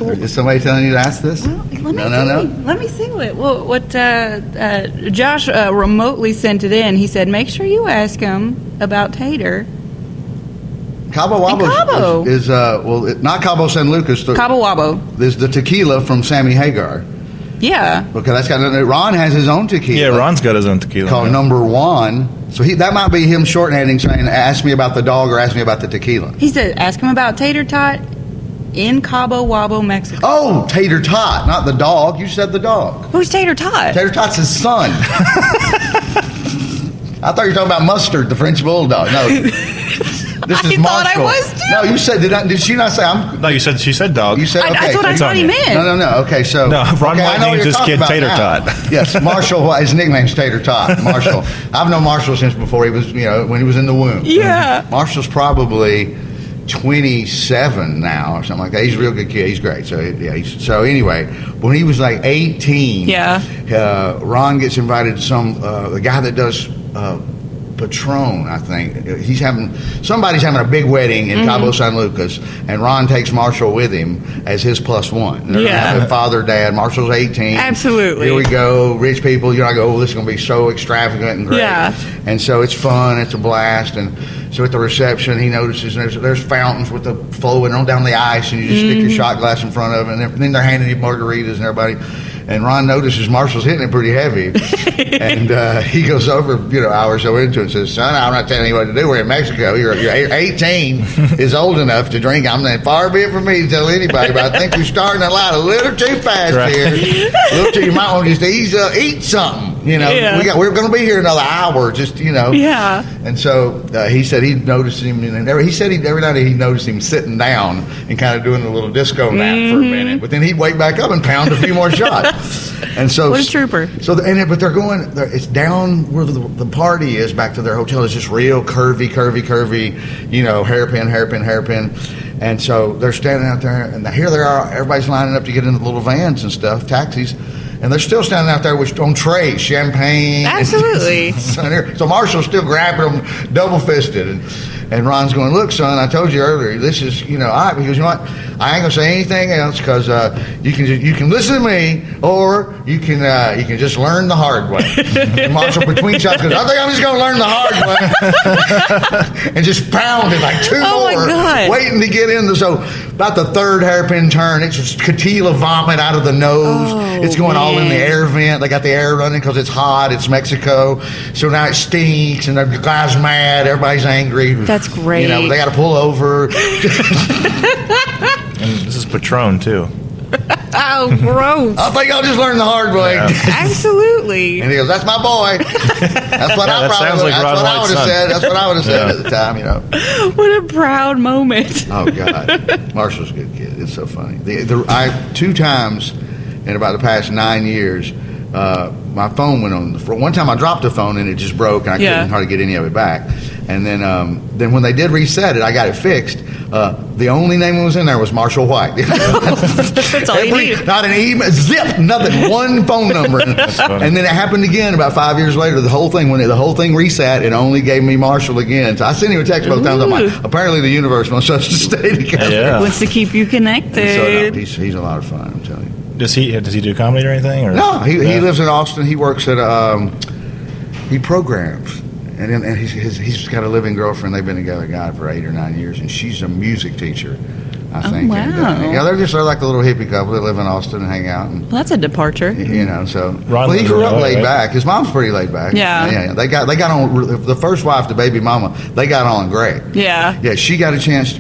is somebody telling you to ask this? no, no, no.
Let me see what what, what uh, uh, Josh uh, remotely sent it in. He said, "Make sure you ask him about Tater."
Cabo Wabo is-
Cabo.
is, uh, well, it, not Cabo San Lucas. The,
Cabo Wabo.
There's the tequila from Sammy Hagar.
Yeah.
Okay, that's got nothing. Ron has his own tequila.
Yeah, Ron's got his own tequila.
called number one. So he that might be him shorthanding saying, "Ask me about the dog" or "Ask me about the tequila."
He said, "Ask him about Tater Tot in Cabo Wabo, Mexico."
Oh, Tater Tot, not the dog. You said the dog.
Who's Tater Tot?
Tater Tot's his son. I thought you were talking about mustard, the French bulldog. No, this is
I thought I
Marshall.
was, too.
No, you said did, I, did she not say I'm?
No, you said she said dog.
You said
I-
okay.
that's what I
It's
thought
on
he
you.
meant.
No, no, no. Okay, so
No, Ron
okay, I
White
know what
names
you're
his
talking
kid
about
Tater
now.
Tot.
yes, Marshall. White- His nickname's Tater Tot. Marshall. I've known Marshall since before he was, you know, when he was in the womb.
Yeah.
Marshall's probably 27 now or something like that. He's a real good kid. He's great. So yeah. He's, so anyway, when he was like 18,
Yeah.
uh, Ron gets invited to some uh, the guy that does. Uh, Patron, I think he's having somebody's having a big wedding
Mm-hmm.
in Cabo San Lucas, and Ron takes Marshall with him as his plus one. They're gonna
Yeah.
have a father, dad. Marshall's eighteen.
Absolutely.
Here we go, rich people. You're not go. Oh, this is gonna be so extravagant and great.
Yeah.
And so it's fun. It's a blast. And so at the reception, he notices there's there's fountains with the flowing on down the ice, and you just stick your shot glass in front of it, and then- then they're handing you margaritas and everybody. And Ron notices Marshall's hitting it pretty heavy, and uh, he goes over, you know, hours so into it and says, "Son, I'm not telling you what to do. We're in Mexico. You're, you're eight- 18 is old enough to drink. I'm not far be it from me to tell anybody, but I think you're starting a lot a little too fast
Right.
here. Little too, you might want to just ease, uh, eat something. You know,
Yeah.
we got we're going to be here another hour. Just you know,
Yeah.
and so uh, he said he noticed him, and every, he said he, every night he noticed him sitting down and kind of doing a little disco nap for a
Mm-hmm.
minute. But then he'd wake back up and pound a few more shots. And so,
What a trooper.
So, the- and it, but they're going. They're, it's down where the, the party is, back to their hotel. It's just real curvy, curvy, curvy. You know, hairpin, hairpin, hairpin. And so they're standing out there, and here they are. Everybody's lining up to get into the little vans and stuff, taxis. And they're still standing out there with on trays, champagne,
Absolutely.
son here. So Marshall's still grabbing him double fisted. And, and Ron's going, Look, son, I told you earlier, this is, you know, all right. He goes, You know what? I ain't going to say anything else because uh, you, can ju- you can listen to me or you can uh, you can just learn the hard way. and Marshall, between shots, goes, I think I'm just going to learn the hard way. and just pounded like two
Oh, my
more,
God.
waiting to get in. The, so about the third hairpin turn, it's just catila vomit out of the nose.
Oh,
it's going all in the
man.
air air vent. They got the air running because it's hot. It's Mexico, so now it stinks, and the guy's mad. Everybody's angry.
That's
You know,
great.
they got to pull over.
And this is Patron too.
Oh, gross.
I think I'll just learn the hard way.
Yeah.
Absolutely.
And he goes, "That's my boy." That's what
Yeah,
I
that
probably.
sounds like
that's
Ron
what I
White's
would
son.
have said. That's what I would have said
Yeah.
at the time. You know.
What a proud moment.
Oh God, Marshall's a good kid. It's so funny. The, the, I two times in about the past nine years, uh, my phone went on the floor. One time I dropped the phone and it just broke, and I
Yeah.
couldn't hardly get any of it back. And then, um, then when they did reset it, I got it fixed. Uh, the only name that was in there was Marshall White.
That's all you
Every-
need.
Not an email, zip, nothing. One phone number, and,
funny.
and then it happened again about five years later. The whole thing when it- the whole thing reset, it only gave me Marshall again. So I sent him a text both times. I'm like,
Ooh.
apparently the universe wants us to stay together.
Yeah.
Wants to keep you
So,
connected.
no, he's, he's a lot of fun. I'm telling you.
Does he does he do comedy or anything? Or
No, he, he
Yeah.
lives in Austin. He works at um, he programs. And, then- and he's, he's, he's got a living girlfriend. They've been together, God, for eight or nine years, and she's a music teacher, I
Oh,
think. And, uh,
wow.
yeah, they're just they're like a little hippie couple. They live in Austin and hang out. And
well, that's a departure.
you know. So
Ron
well, he
lives
grew
in
up
LA,
laid
right?
back. His mom's pretty laid back.
Yeah.
yeah, They got they got on the first wife, the baby mama. They got on great.
Yeah.
yeah. She got a chance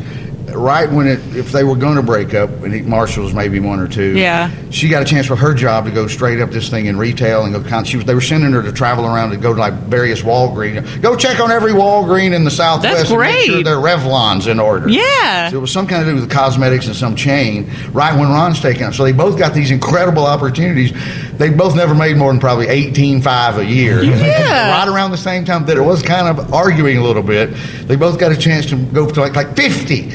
right when it if they were going to break up, and he, Marshall's maybe one or two.
Yeah.
she got a chance with her job to go straight up this thing in retail and go. Con- she was they were sending her to travel around to go to like various Walgreens. Go check on every Walgreen in the Southwest. and make sure
great.
their Revlon's in order.
Yeah.
So it was some kind of do with cosmetics and some chain, right when Ron's taken up. So they both got these incredible opportunities. They both never made more than probably eighteen five a year.
Yeah.
Right around the same time that it was kind of arguing a little bit, they both got a chance to go to like, like 50.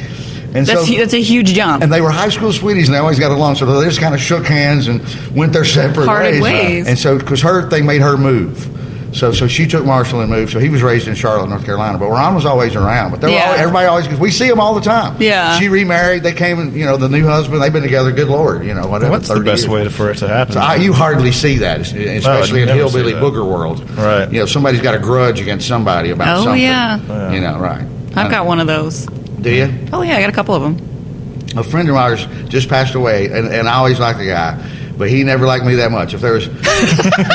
And
That's,
so,
hu- that's a huge jump.
and they were high school sweeties, and they always got along. So they just kind of shook hands and went their separate
Parted ways.
And so, because her thing made her move, so so she took Marshall and moved. So he was raised in Charlotte, North Carolina. But Ron was always around. But they were
Yeah.
always, everybody always because we see them all the time.
Yeah.
she remarried. They came, and you know, the new husband. They've been together. Good lord, you know, whatever.
What's the
30
best
years.
way for it to happen?
So I, you hardly see that, es- especially in
never
hillbilly
see that.
booger world.
Right.
You know, somebody's got a grudge against somebody about
Oh,
something.
yeah.
Yeah.
You know, right. Uh,
I've got one of those.
Do you?
Oh yeah, I got a couple of them.
A friend of ours just passed away, and, and I always liked the guy, but he never liked me that much. If there was, if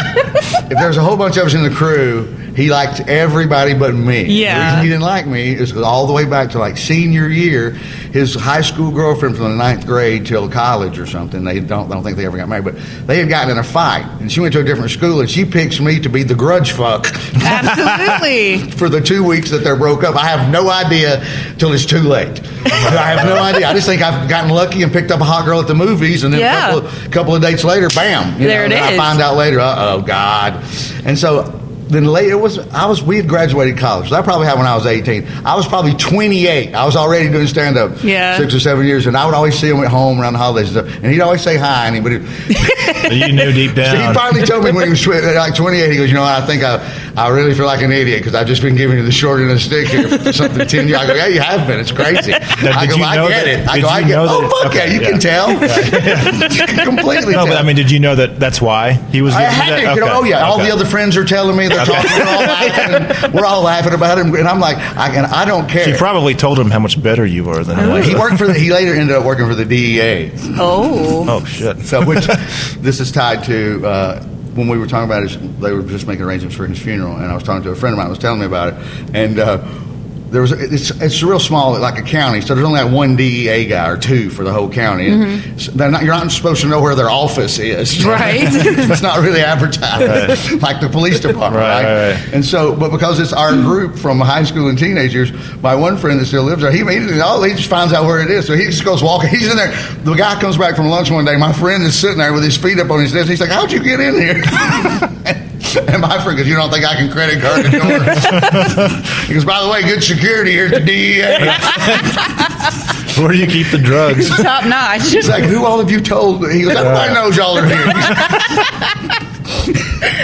there was a whole bunch of us in the crew, he liked everybody but me. The
Yeah.
reason he didn't like me is 'cause all the way back to like senior year, his high school girlfriend from the ninth grade till college or something. They don't don't think they ever got married, but they had gotten in a fight, and she went to a different school, and she picks me to be the grudge fuck
Absolutely.
for the two weeks that they're broke up. I have no idea till it's too late. I have no idea. I just think I've gotten lucky and picked up a hot girl at the movies, and then
Yeah.
a couple of, couple of dates later, bam, you
There
know,
it
then
is.
I find out later, uh oh, God. And so. Then later it was I was we had graduated college. That probably happened when I was eighteen. I was probably twenty eight. I was already doing stand up
Yeah.
six or seven years, and I would always see him at home around the holidays, and stuff, and he'd always say hi, and he would
you knew deep
so he
down.
finally told me when he was tw- like 28, he goes, you know, what, I think I, I really feel like an idiot because I've just been giving you the short end of the stick here for something 10 years. I go, yeah, you have been. It's crazy. I
did
go,
you
I
know
get
that-
it. I
did
go, I
you
get it.
know that-
Oh, fuck
okay,
yeah, you
yeah.
can tell. you can completely
no,
tell.
but I mean, did you know that that's why he was?
I
giving you
had to.
that?
you know,
Okay,
Oh yeah, all
okay.
the other friends are telling me they're
Okay.
talking. We're all laughing. and we're all laughing about him, and I'm like, I, and I don't care.
She probably told him how much better you were than him.
he worked for the. He later ended up working for the E DEA.
oh.
Oh shit!
So, which this is tied to uh, when we were talking about his, they were just making arrangements for his funeral, and I was talking to a friend of mine who was telling me about it, and uh, there was it's it's real small, like a county, so there's only like one DEA guy or two for the whole county. And so they're not, you're not supposed to know where their office is,
Right.
it's not really advertised like the police department,
Right,
right?
right, right.
And so, but because it's our group from high school and teenagers, my one friend that still lives there, he immediately all he just finds out where it is. So he just goes walking. He's in there. The guy comes back from lunch one day. My friend is sitting there with his feet up on his desk. He's like, "How'd you get in here?" and my friend goes, "You don't think I can credit card the door?" he goes, "By the way, good security here at the E DEA."
Where do you keep the drugs?
Top notch.
He's like, "Who all of you told?" He goes, "Everybody knows y'all are here."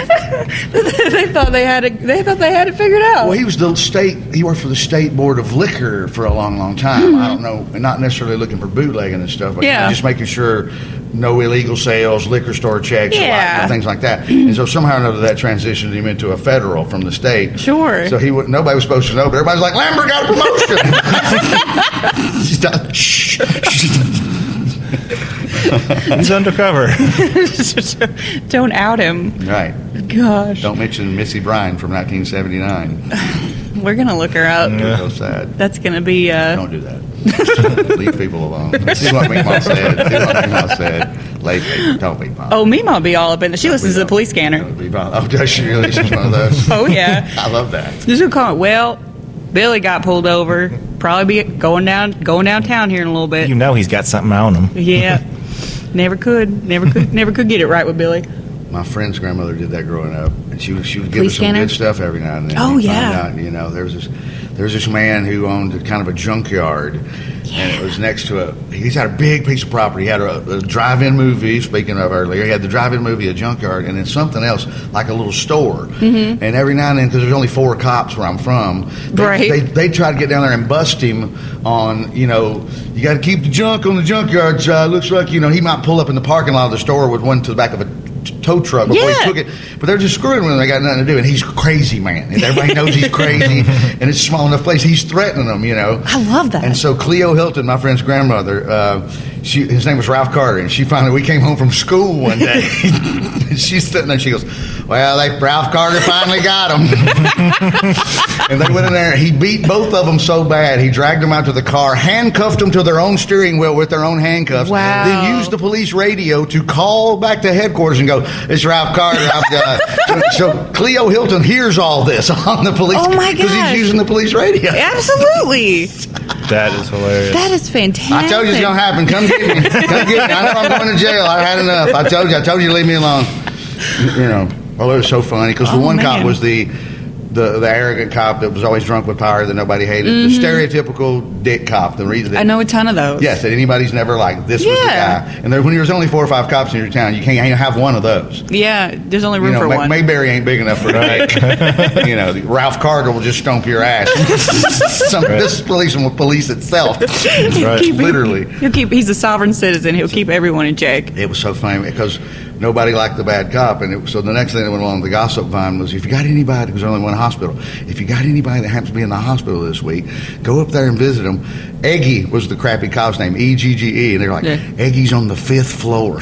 they thought they had it. They thought they had it figured out.
Well, he was the state. He worked for the state board of liquor for a long, long time. I don't know, and not necessarily looking for bootlegging and stuff, but
Yeah.
just making sure no illegal sales, liquor store checks,
Yeah.
like, things like that. And so somehow or another, that transitioned him into a federal from the state.
Sure.
So he would, nobody was supposed to know, but everybody's like, Lambert got a promotion. She's done. Shh.
He's undercover.
Don't out him.
right.
Gosh,
Don't mention Missy Bryan from 1979.
we're gonna look her up.
So sad.
That's gonna be. Uh,
Mm. Don't do that. Leave people alone. See what Meemaw said. See what Meemaw said. Late, late. Don't be bothered.
oh, Mima be all up in it. She listens to the
don't-
police scanner.
Don't be bothered. Oh, does she really? She's one of those.
Oh yeah.
I love that.
Just gonna call it. Well, Billy got pulled over. Probably be going down going downtown here in a little
You
bit.
know he's got something on him.
Yeah. Never could. Never could. Never could get it right with Billy.
My friend's grandmother did that growing up, and she would she would give
Police
us some
scanner?
good stuff every now and then.
Oh,
We'd find
yeah.
out, you know, there was this there was this man who owned a- kind of a junkyard, and it was next to a. He's had a big piece of property. He had a, a drive-in movie. Speaking of earlier, he had the drive-in movie, a junkyard, and then something else like a little store. Mm-hmm. And every now and then, because there's only four cops where I'm from, they,
Right.
They, they tried to get down there and bust him on, you know, you got to keep the junk on the junkyard. side. looks like, you know, he might pull up in the parking lot of the store with one to the back of a t- tow truck before
Yeah.
he took it. But they're just screwing with him. They got nothing to do. And he's a crazy, man. And everybody knows he's crazy. And it's a small enough place. He's threatening them, you know.
I love that.
And so Cleo Hilton, my friend's grandmother, uh, she, his name was Ralph Carter, and she finally we came home from school one day. and she's sitting there, she goes, "Well, they, Ralph Carter finally got him." and they went in there. He beat both of them so bad, he dragged them out to the car, handcuffed them to their own steering wheel with their own handcuffs.
Wow.
Then used the police radio to call back to headquarters and go, "It's Ralph Carter." I've got-" so Cleo Hilton hears all this on the police.
Oh, my gosh.
he's using the police radio.
Absolutely.
That is hilarious.
That is fantastic.
I told you it's gonna happen. Come get me. Come get me. I know I'm going to jail. I've had enough. I told you. I told you to leave me alone. You know. Well, it was so funny because
Oh,
the one
man.
cop was the the, the arrogant cop that was always drunk with power that nobody hated, the stereotypical dick cop. The reason that,
Mm-hmm. I know a ton of those.
Yes, that anybody's never liked. This was the
Yeah.
guy. And there, when there's only four or five cops in your town, you can't you have one of those.
Yeah, there's only
You
room
know,
for
May-
one.
Mayberry ain't big enough for that. you know, Ralph Carter will just stomp your ass. Some, This policeman will police itself.
right.
Literally.
He'll keep. He's a sovereign citizen. He'll keep everyone in check.
It was so funny because nobody liked the bad cop, and it, so the next thing that went along the gossip vine was, if you got anybody, because there's only one hospital, if you got anybody that happens to be in the hospital this week, go up there and visit them. Eggy was the crappy cop's name, E G G E, and they're like,
Yeah.
Eggy's on the fifth floor.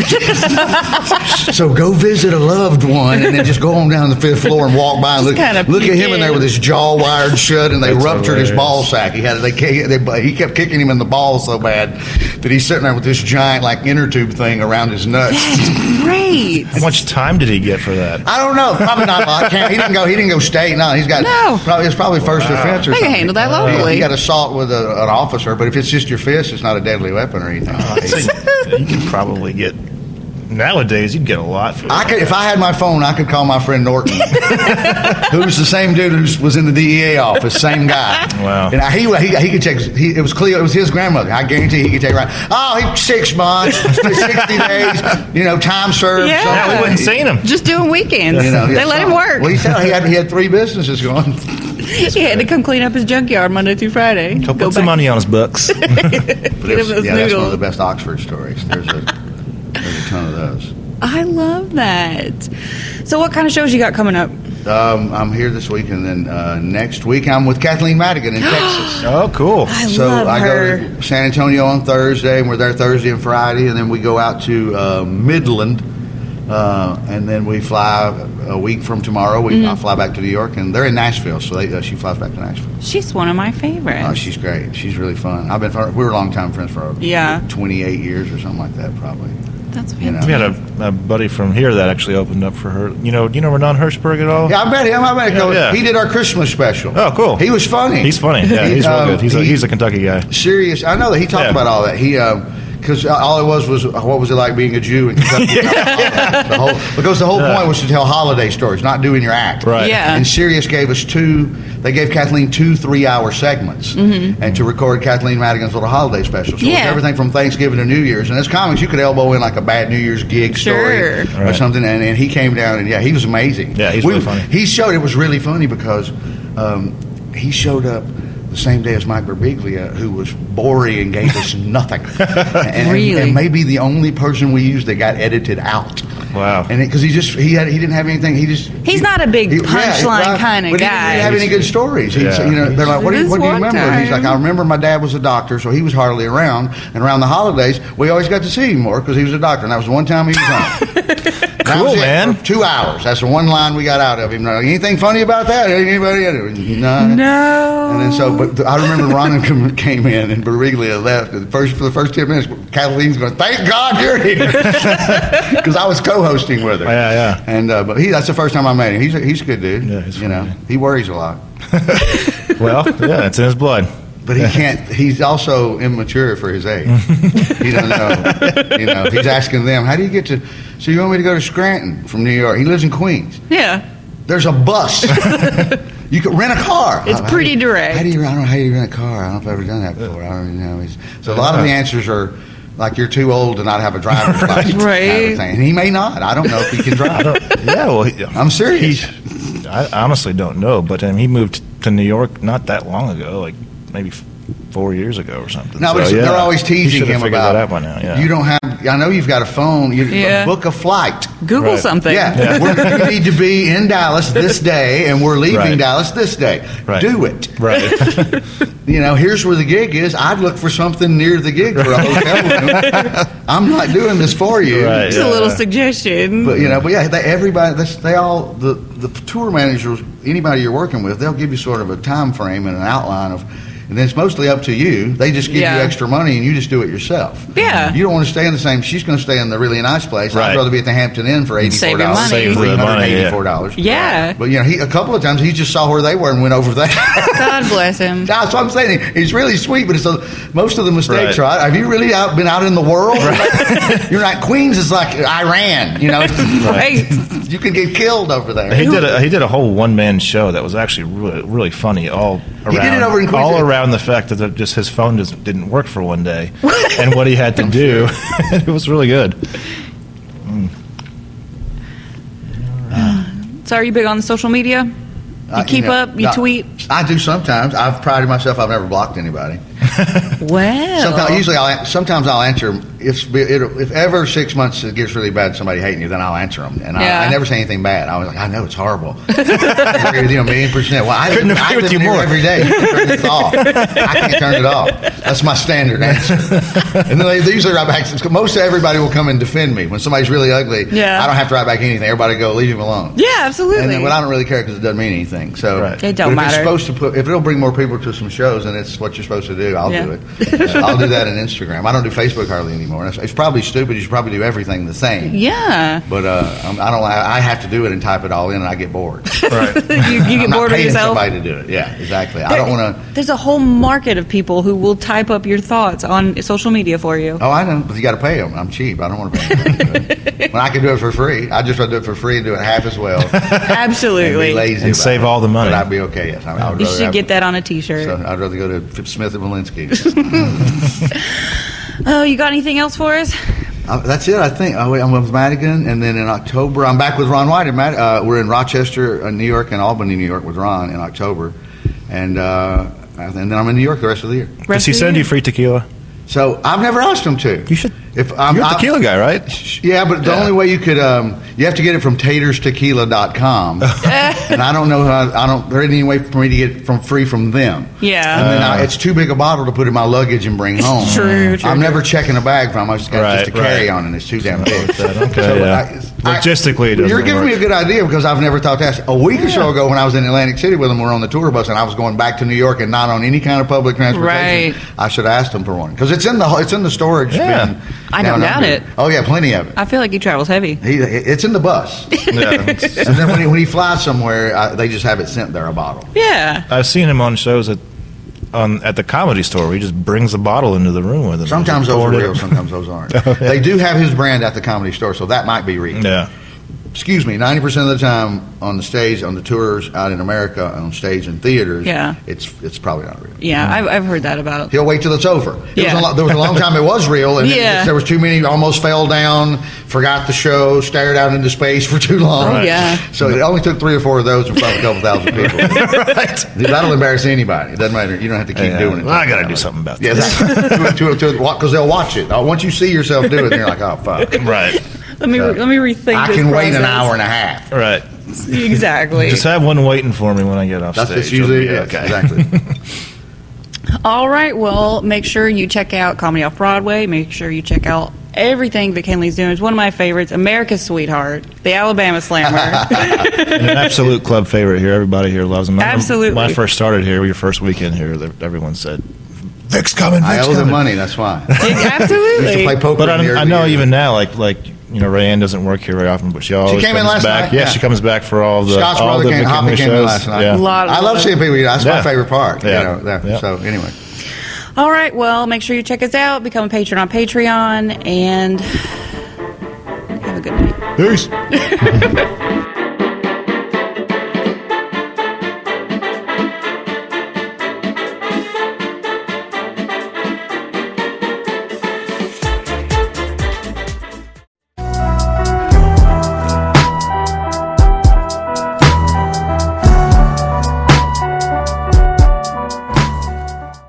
so go visit a loved one, and then just go on down the fifth floor and walk by and look,
kinda
look at
peek
him in there
in.
with his jaw wired shut, and they
That's
ruptured
hilarious.
his ball sack. He had they, ca- they but he kept kicking him in the ball so bad that he's sitting there with this giant like inner tube thing around his nuts.
Great.
How much time did he get for that?
I don't know. Probably not. I can't, he didn't go. He didn't go state. No, he's got.
No.
Probably, it's probably first offense or
They can
something.
handle that
He-
locally.
He got assault with a, an officer, but if it's just your fist, it's not a deadly weapon or anything.
I'd say you could probably get nowadays. You'd get a lot for.
I could, if I had my phone, I could call my friend Norton, who's the same dude who was in the DEA office, same guy.
Wow.
And I, he, he he could check. He, it was Cleo. It was his grandmother. I guarantee he could take right. Oh, he six months, sixty days. You know, time served.
Yeah.
something.
yeah, we wouldn't seen him.
Just doing weekends.
You know, yeah,
they let him
something.
work.
Well, he, said he, had, he had three businesses going.
he had to come clean up his junkyard Monday through Friday.
Go put some
back.
money on his books.
But
Get
it's-
him those
yeah, that's one of
noodles.
the best Oxford stories. There's a, there's a ton of those.
I love that. So, what kind of shows you got coming up?
Um, I'm here this week, and then uh, next week I'm with Kathleen Madigan in Texas.
oh, cool.
I
so
love
I
her.
go to San Antonio on Thursday, and we're there Thursday and Friday, and then we go out to uh, Midland, uh, and then we fly a week from tomorrow. We
Mm-hmm.
I fly back to New York, and they're in Nashville, so they, uh, she flies back to Nashville.
She's one of my favorites.
Oh, she's great. She's really fun. I've been we were longtime friends for
Yeah.
28 years or something like that, probably.
That's
You know.
fantastic.
We had a, a buddy from here that actually opened up for her. You know, you know Renan Hirschberg at all?
Yeah, I bet him. I bet
Yeah,
him.
yeah.
He did our Christmas special.
Oh, cool.
He was funny.
He's funny. Yeah, he's real
um,
good. He's a,
he-
he's a Kentucky guy.
serious. I know that he talked
Yeah.
about all that. He. Um, because all it was was uh, what was it like being a Jew in Kentucky? the whole, because the whole point was to tell holiday stories, not doing your act.
Right.
Yeah.
And Sirius gave us two. They gave Kathleen two three-hour segments, and to record Kathleen Madigan's little holiday special. So it was
Mm-hmm. Yeah.
everything from Thanksgiving to New Year's, and as comics, you could elbow in like a bad New Year's gig
Sure.
story or
Right.
something. And, and he came down, and yeah, he was amazing.
Yeah, he's
We-
really funny.
He showed it was really funny because um, he showed up the same day as Mike Birbiglia, who was boring and gave us nothing, and,
Really?
and maybe the only person we used that got edited out.
Wow.
And because he just he had he didn't have anything. He just
He's not a big
he- yeah,
punchline
well,
kinda
but He
guy.
didn't have any good stories. He'd
Yeah.
say, you know, they're like, what do you,
This
what do you
one
remember? And He's like,
time.
I remember my dad was a doctor, so he was hardly around. And around the holidays, we always got to see him more because he was a doctor, and that was the one time he was on. That
Cool,
was it
man.
for Two hours. That's the one line we got out of him. They're like, Anything funny about that? Anybody? None.
No.
And then so, but th- I remember Ronan come, came in and Bariglia left. And first for the first ten minutes, Kathleen's going, "Thank God you're here," because I was co-hosting with her.
Yeah, yeah.
And uh, but he, that's the first time I met him. He's a, he's a good dude.
Yeah, he's
you know,
funny.
he worries a lot,
Well, yeah, it's in his blood.
but he can't. He's also immature for his age. he doesn't know. You know, he's asking them, "How do you get to?" So you want me to go to Scranton from New York? He lives in Queens.
yeah.
There's a bus. you could rent a car.
It's
How-
pretty
how do you-
direct.
How do you? I don't know how you rent a car. I don't know if I've ever done that before. I don't even know. It's- so a lot of the answers are like you're too old to not have a driver's license. kind of
Right.
thing. And he may not. I don't know if he can drive.
Yeah, well, he,
I'm serious.
I honestly don't know, but um, he moved to New York not that long ago, like maybe f- four years ago or something.
No,
So,
but
yeah.
they're always
He
teasing
should have
him
figured
about
that out by now. Yeah.
You don't have. I know you've got a phone. You
Yeah.
book a flight.
Google
Right.
something.
Yeah, We're, you need to be in Dallas this day, and we're leaving
Right.
Dallas this day.
Right.
Do it.
right.
You know, here's where the gig is. I'd look for something near the gig for a hotel room. I'm not doing this for you.
Right.
Just a little
Yeah.
suggestion.
But you know, but yeah, they, everybody. That's, they all the the tour managers, anybody you're working with, they'll give you sort of a time frame and an outline of and then it's mostly up to you. They just give
Yeah.
you extra money, and you just do it yourself.
Yeah.
you don't want to stay in the same. She's going to stay in the really nice place. I'd
Right.
rather be at the Hampton Inn for eighty four
Save your
dollars,
money. Save
the money, yeah.
dollars.
Yeah.
but you know, he, a couple of times he just saw where they were and went over there.
God bless him.
That's what I'm saying. He's really sweet, but it's a, most of the mistakes
Right.
are. Have you really out, been out in the world? You're not Queens. is like Iran. You know,
Right.
you could get killed over there.
He did a he did a whole one man show that was actually really really funny all around.
did it over in Queens-
all around the fact that the, just his phone just didn't work for one day and what he had to do. it was really good.
So are you big on social media? You
I-
keep
Uh, know,
up? You
I-
tweet?
I do sometimes. I've prided myself. I've never blocked anybody.
Well.
Sometimes, usually, I'll sometimes I'll answer if it'll- if ever six months it gets really bad, somebody hating you, then I'll answer them, and
Yeah.
I, I never say anything bad. I was like, I know it's horrible. I agree with you a million percent. Well, I
Couldn't
live- I
agree with
live
you
here
more.
every day. You can turn this off. I can't turn it off. That's my standard answer. And then they, they usually write back. Most everybody will come and defend me when somebody's really ugly.
Yeah.
I don't have to write back anything. Everybody go leave him alone.
yeah, absolutely.
And then, but I don't really care because it doesn't mean anything. So
Right.
It don't
but if
matter.
It's supposed to put if it'll bring more people to some shows, and it's what you're supposed to do. I'll
Yeah.
do it. I'll do that in Instagram. I don't do Facebook hardly anymore. It's, it's probably stupid. You should probably do everything the same.
yeah.
But uh, I'm- I don't. I I have to do it and type it all in, and I get bored.
Right.
you, you
I'm
get
not
bored of
paying
yourself.
Somebody to do it. Yeah, exactly. I don't want to.
There's a whole market of people who will type up your thoughts on social media for you.
Oh, I know, but you got to pay them. I'm cheap. I don't want to pay them. when I can do it for free, I just want to do it for free and do it half as well. and be
Absolutely.
lazy
And
about
save
it.
all the money.
But I'd be okay. Yes, I, I would
You
rather
should
have-
get that on a T-shirt.
So I'd rather go to Smith and Walensky.
Oh, you got anything else for us?
Uh, that's it, I think. Oh, wait, I'm with Madigan, and then in October, I'm back with Ron White. And Mad- uh, we're in Rochester, uh, New York, and Albany, New York, with Ron in October, and uh, and then I'm in New York the rest of the year.
Does
Rest
he
of
send
you?
you free tequila?
So I've never asked him to.
You should-
If I'm,
You're a
I'm-
tequila guy, right?
Yeah, but the
Yeah.
only way you could um, you have to get it from taterstequila.com. and I don't know how I don't there isn't any way for me to get it from free from them.
Yeah.
And then
Uh.
I, it's too big a bottle to put in my luggage and bring home.
True, true,
I'm
true.
never checking a bag from. I just got just a
Right, right.
carry on and it's too damn big.
Okay, yeah.
I-
Logistically, it doesn't
you're giving
work.
me a good idea because I've never thought to ask. A week or so ago, when I was in Atlantic City with them, we we're on the tour bus, and I was going back to New York and not on any kind of public transportation.
Right.
I should have asked them for one because it's in the it's in the storage.
Yeah.
bin
I
down
don't doubt
under.
it.
Oh yeah, plenty of it.
I feel like he travels heavy.
He, it's in the bus,
Yeah.
and then when he, when he flies somewhere, I, they just have it sent there a bottle.
Yeah.
I've seen him on shows at on at the comedy store. Where he just brings a bottle into the room with him.
Sometimes
Just
those are
poured it.
real, sometimes those aren't. They do have his brand at the comedy store, so that might be real.
Yeah.
excuse me, ninety percent of the time on the stage, on the tours out in America, on stage and theaters,
Yeah.
it's it's probably not real.
Yeah, I've, I've heard that about.
He'll wait till it's over. It
Yeah.
was a lo- there was a long time it was real, and it-
Yeah.
there was too many. Almost fell down, forgot the show, stared out into space for too long.
Oh, yeah.
So it only took three or four of those in front of a couple thousand people.
right.
That'll embarrass anybody. It doesn't matter. You don't have to keep
Yeah.
doing it.
Well, I gotta do something about
yeah,
this.
because they'll watch it. Uh, Once you see yourself do it, then you're like, oh fuck.
Right.
Let me let me rethink.
I
this
can wait an
process.
hour and a half.
Right.
Exactly.
Just have one waiting for me when I get off
That's
stage.
just usually
It'll
it.
be
Exactly.
All right. Well, make sure you check out Comedy Off Broadway. Make sure you check out everything that Kenley's doing. It's one of my favorites. America's Sweetheart, the Alabama Slammer.
And an absolute club favorite here. Everybody here loves him. I remember
Absolutely.
When I first started here, your first weekend here, that everyone said, "Vic's coming." Vic's
I owe them
coming."
money. That's why. We used to
Absolutely.
play poker.
But
in
I,
the
I know
early
even
years.
now, like like you know, Rayanne doesn't work here very often, but she always
came in
comes
last
back.
night,
Yeah,
yeah.
she comes back for all the
Scott's
all
brother
the
came.
Vic and
Hoppy
Me
came in
shows.
last night.
Yeah.
Lot of
I love
love.
seeing people. That's
Yeah.
my favorite part.
Yeah.
You know, that,
Yeah.
So anyway,
All right. Well, make sure you check us out. Become a patron on Patreon and have a good night.
peace.